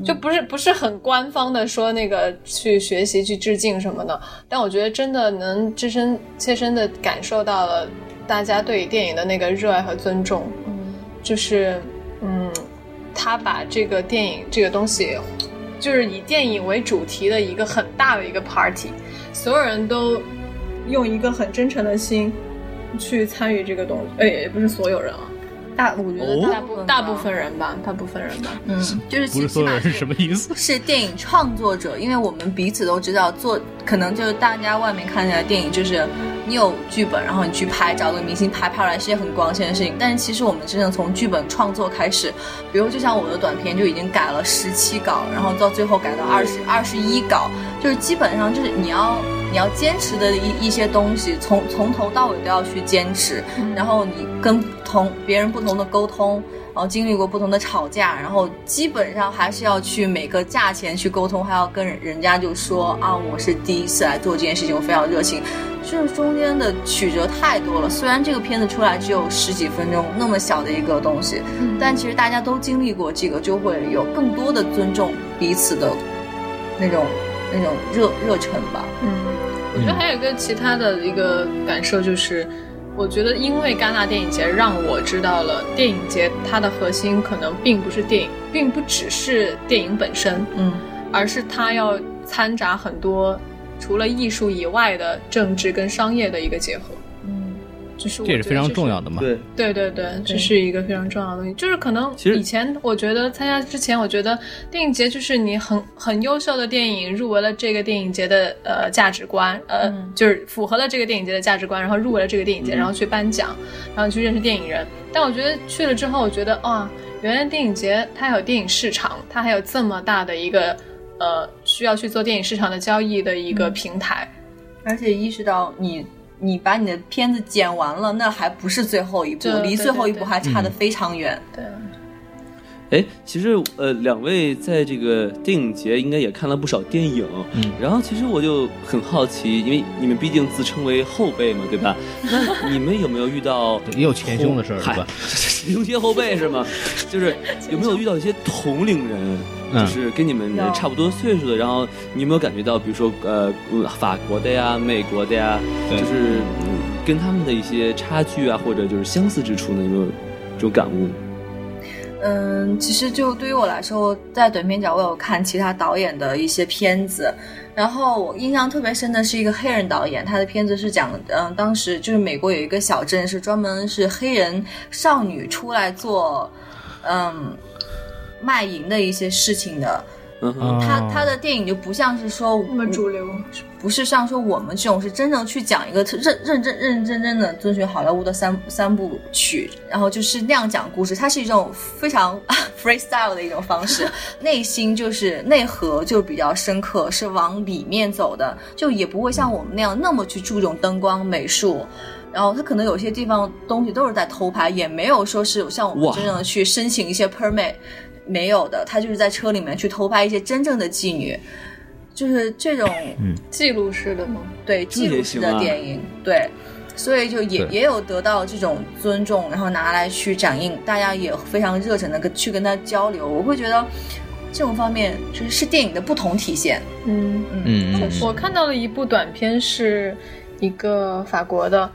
Speaker 1: 就不是不是很官方的说那个去学习去致敬什么的，但我觉得真的能自身切身的感受到了大家对于电影的那个热爱和尊重，就是嗯，他把这个电影这个东西，就是以电影为主题的一个很大的一个 party，所有人都用一个很真诚的心去参与这个东西，哎，也不是所有人啊，
Speaker 4: 大，我觉得
Speaker 1: 大部大部分，人吧，大部分人吧，
Speaker 4: 嗯，就是
Speaker 2: 不
Speaker 4: 起
Speaker 2: 是
Speaker 4: 起
Speaker 2: 所有
Speaker 4: 码
Speaker 2: 人是什么意思？
Speaker 4: 是电影创作者，因为我们彼此都知道做，可能就是大家外面看起来电影就是你有剧本，然后你去拍，找个明星拍拍来是件很光鲜的事情。但是其实我们真正从剧本创作开始，比如就像我的短片就已经改了十七稿，然后到最后改到二十二十一稿，就是基本上就是你要你要坚持的一一些东西，从从头到尾都要去坚持。然后你跟同别人不同的沟通，然后经历过不同的吵架，然后基本上还是要去每个价钱去沟通，还要跟人人家就说啊，我是第一次来做这件事情，我非常热情。就是中间的曲折太多了，虽然这个片子出来只有十几分钟，那么小的一个东西，但其实大家都经历过这个，就会有更多的尊重彼此的那种那种热热忱吧。
Speaker 1: 嗯，我觉得还有一个其他的一个感受就是，我觉得因为戛纳电影节让我知道了电影节它的核心可能并不是电影，并不只是电影本身，
Speaker 4: 嗯，
Speaker 1: 而是它要掺杂很多除了艺术以外的政治跟商业的一个结合。
Speaker 4: 嗯，
Speaker 1: 就是我
Speaker 2: 这也是
Speaker 1: 觉得
Speaker 2: 非常
Speaker 1: 这
Speaker 2: 重要的嘛。
Speaker 3: 对，
Speaker 1: 对对对，这是一个非常重要的东西。就是可能
Speaker 3: 其实
Speaker 1: 以前我觉得参加之前，我觉得电影节就是你很很优秀的电影入围了这个电影节的呃价值观，呃、
Speaker 4: 嗯
Speaker 1: 就是符合了这个电影节的价值观，然后入围了这个电影节，
Speaker 3: 嗯
Speaker 1: 然后去颁奖，然后去认识电影人。但我觉得去了之后，我觉得啊，原来电影节它还有电影市场，它还有这么大的一个呃需要去做电影市场的交易的一个平台。
Speaker 4: 而且意识到你，你把你的片子剪完了，那还不是最后一步
Speaker 1: 对，
Speaker 4: 离
Speaker 1: 对
Speaker 4: 最后
Speaker 1: 对
Speaker 4: 一步
Speaker 1: 对
Speaker 4: 还差得非常远。
Speaker 1: 对，
Speaker 3: 哎，其实呃，两位在这个电影节应该也看了不少电影，
Speaker 2: 嗯
Speaker 3: 然后其实我就很好奇，因为你们毕竟自称为后辈嘛，对吧？那你们有没有遇到
Speaker 2: 对也有前胸的事儿是
Speaker 3: 同
Speaker 2: 吧？
Speaker 3: 嗨迎接后辈是吗？就是有没有遇到一些同龄人，
Speaker 2: 嗯
Speaker 3: 就是跟你们
Speaker 4: 有
Speaker 3: 差不多岁数的，然后你有没有感觉到，比如说呃，嗯法国的呀、美国的呀，
Speaker 2: 对
Speaker 3: 就是嗯跟他们的一些差距啊，或者就是相似之处呢？有没有这种感悟？
Speaker 4: 嗯，其实就对于我来说，在短片角我有看其他导演的一些片子，然后我印象特别深的是一个黑人导演，他的片子是讲，嗯，当时就是美国有一个小镇是专门是黑人少女出来做，嗯，卖淫的一些事情的。
Speaker 3: 嗯哼，
Speaker 2: 啊
Speaker 4: 他他的电影就不像是说
Speaker 1: 那么主流。
Speaker 4: 不是像说我们这种是真正去讲一个特认认真认认真真的遵循好莱坞的三三部曲，然后就是那样讲故事，它是一种非常 freestyle 的一种方式，内心就是内核就比较深刻，是往里面走的，就也不会像我们那样那么去注重灯光美术。然后它可能有些地方东西都是在偷拍，也没有说是像我们
Speaker 3: 哇
Speaker 4: 真正的去申请一些 permit，没有的，他就是在车里面去偷拍一些真正的妓女，就是这种
Speaker 1: 记录式的吗？
Speaker 4: 对
Speaker 3: 这
Speaker 4: 记
Speaker 3: 也
Speaker 4: 录式
Speaker 3: 行
Speaker 4: 的
Speaker 3: 啊
Speaker 4: 电影，对，所以就也
Speaker 2: 对
Speaker 4: 也有得到这种尊重，然后拿来去展映，大家也非常热忱的跟去跟他交流，我会觉得这种方面就是是电影的不同体现，
Speaker 1: 嗯。
Speaker 2: 嗯嗯
Speaker 1: 我看到了一部短片，是一个法国的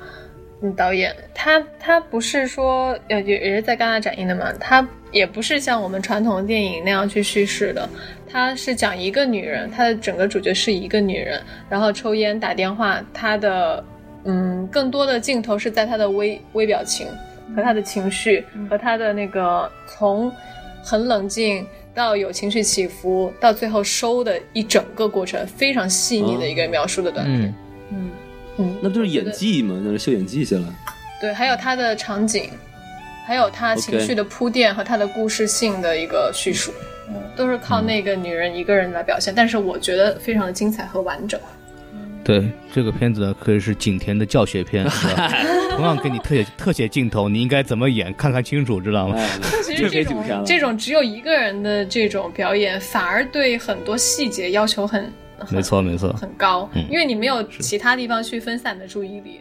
Speaker 1: 嗯导演，他他不是说呃也也是在戛纳展映的嘛，他也不是像我们传统的电影那样去叙事的，他是讲一个女人，她的整个主角是一个女人，然后抽烟打电话，她的嗯更多的镜头是在她的微微表情和她的情绪和她的那个从很冷静到有情绪起伏，到最后收的一整个过程，非常细腻的一个描述的短片。
Speaker 2: 嗯，
Speaker 4: 嗯，
Speaker 1: 嗯，
Speaker 3: 那不就是演技嘛，那是秀演技去了。
Speaker 1: 对，还有它的场景，还有它情绪的铺垫和它的故事性的一个叙述。嗯，都是靠那个女人一个人来表现，但是我觉得非常的精彩和完整。
Speaker 2: 对，这个片子呢可以是景甜的教学片，是吧同样给你特写特写镜头，你应该怎么演，看看清楚，知道吗？
Speaker 3: 哎，
Speaker 1: 其
Speaker 3: 这
Speaker 1: 实
Speaker 3: 个
Speaker 1: 这
Speaker 3: 给主持人
Speaker 1: 种
Speaker 3: 了
Speaker 1: 这种只有一个人的这种表演，反而对很多细节要求很很
Speaker 2: 没错，没错。
Speaker 1: 很高
Speaker 2: 嗯，
Speaker 1: 因为你没有其他地方去分散你的注意力。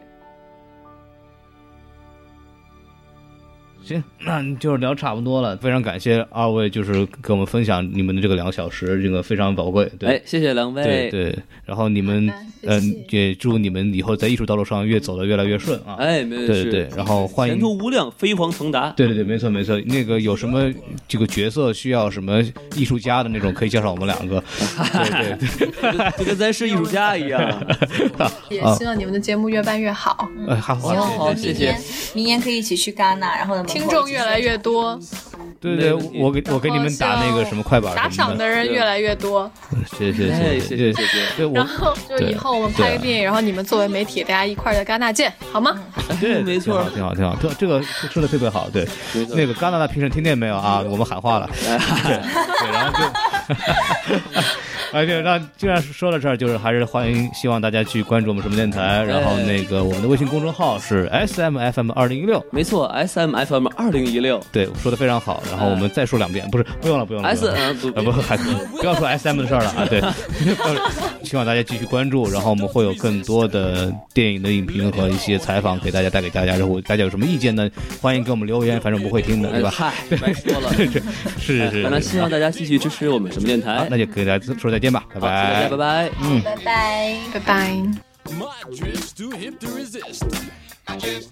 Speaker 2: 行，那就是聊差不多了。非常感谢二位，就是给我们分享你们的这个两小时，这个非常宝贵。对，
Speaker 3: 哎，谢谢两
Speaker 2: 对
Speaker 3: 位。
Speaker 2: 对。然后你们
Speaker 1: 好的，谢
Speaker 2: 嗯、
Speaker 1: 谢
Speaker 2: 也祝你们以后在艺术道路上越走得越来越顺啊。
Speaker 3: 哎，没有
Speaker 2: 对对对，然后欢迎
Speaker 3: 前。途无量，飞黄腾达。
Speaker 2: 对对对，没错没错。那个有什么这个角色需要什么艺术家的那种，可以介绍我们两个。对对对。
Speaker 3: 就跟咱是艺术家一样。
Speaker 1: 也
Speaker 2: 啊
Speaker 1: 希望你们的节目越办越好，
Speaker 2: 哎，好，好，
Speaker 3: 好
Speaker 2: 谢谢
Speaker 3: 谢谢。
Speaker 4: 明年明年可以一起去戛纳，然后呢，门口
Speaker 1: 听众越来越多，
Speaker 2: 对对，
Speaker 3: 没问题
Speaker 2: 我给我给你们打那个什么快板
Speaker 1: 打
Speaker 2: 什么
Speaker 1: 赏的人越来越多。
Speaker 2: 谢谢
Speaker 3: 哎，
Speaker 2: 谢
Speaker 3: 谢
Speaker 2: 谢
Speaker 3: 谢谢谢。
Speaker 2: 对，啊
Speaker 1: 然
Speaker 2: 我
Speaker 1: 后 就以后我们拍个电影，然后你们作为媒体，大家一块儿在戛纳见，好吗？
Speaker 2: 对，
Speaker 3: 没错
Speaker 2: 挺好，挺好，挺好。这这个说的特别好，对。那个戛纳的评审听见没有啊？我们喊 话了，对，对，然后就。 而且让既然说到这儿，就是还是欢迎，希望大家去关注我们什么电台，然后那个我们的微信公众号是 S M F M 二零一六，
Speaker 3: 没错，S M F M 二零一六
Speaker 2: 对，说的非常好。然后我们再说两遍，不是不用了，不用了。不
Speaker 3: S
Speaker 2: 用了
Speaker 3: M 不
Speaker 2: 啊不，还不要说 S M 的事儿了啊！对，希望大家继续关注，然后我们会有更多的电影的影评和一些采访给大家带给大家。然后大家有什么意见呢？欢迎给我们留言，反正我们会听的，
Speaker 3: 哎
Speaker 2: 对 吧？
Speaker 3: 嗨，白说了。
Speaker 2: 是是
Speaker 3: 反正
Speaker 2: 是
Speaker 3: 希望大家继续支持我们什么电
Speaker 2: 好
Speaker 3: 台，。
Speaker 2: 那就给大家说再见吧，拜
Speaker 3: 好，大家拜拜。
Speaker 4: 拜拜。
Speaker 1: 拜拜。
Speaker 5: My drift's too hip to resist.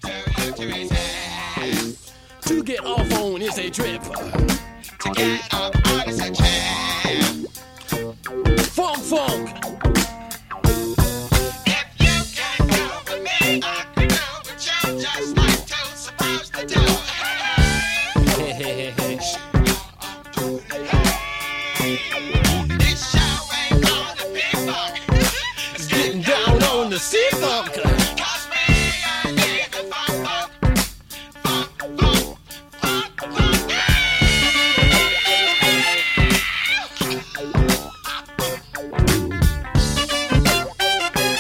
Speaker 5: to get off on is a trip. To get off on is a trip. Funk, funk. If you can go with me, I can go with you. Just like two surprise the door. This show ain't gonna be fun. It's getting down on the sea funk. Cause we are here to funk, funk.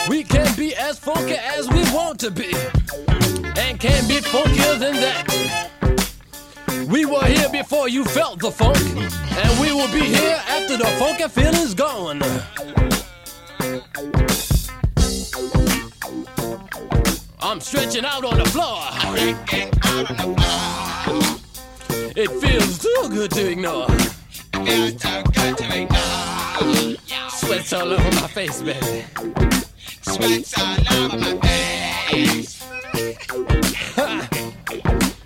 Speaker 5: We can be as funky as we want to be, and can be funkier than that. We were here before you felt the funk, and we will be here after the funky feeling's gone. I'm stretching out on the floor. It feels too good to ignore. Sweats all over my face, baby. Sweats all over my face.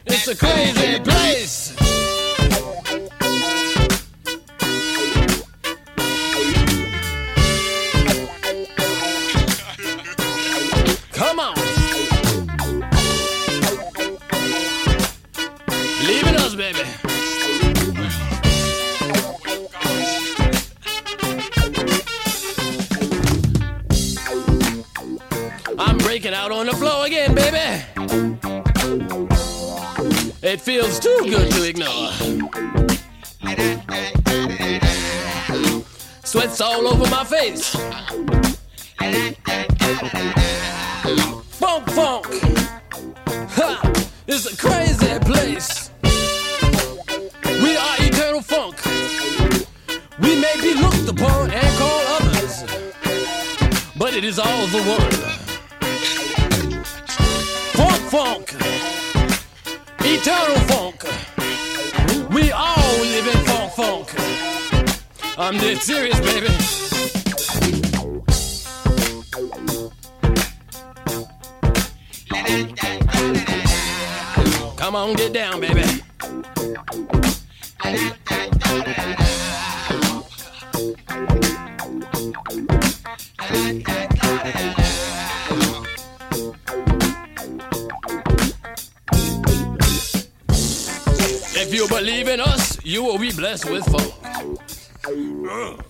Speaker 5: it's a crazy place. Come on. Leaving us, baby. I'm breaking out on the floor again, baby. It feels too good to ignore. Sweats all over my face. Funk, funk. Ha! It's a crazy place. We are eternal funk. We may be looked upon and called others, but it is all the one. Funk, funk. Eternal funk. We all live in funk, funk. I'm dead serious, baby. Come on, get down, baby. If you believe in us, you will be blessed with four. Mm.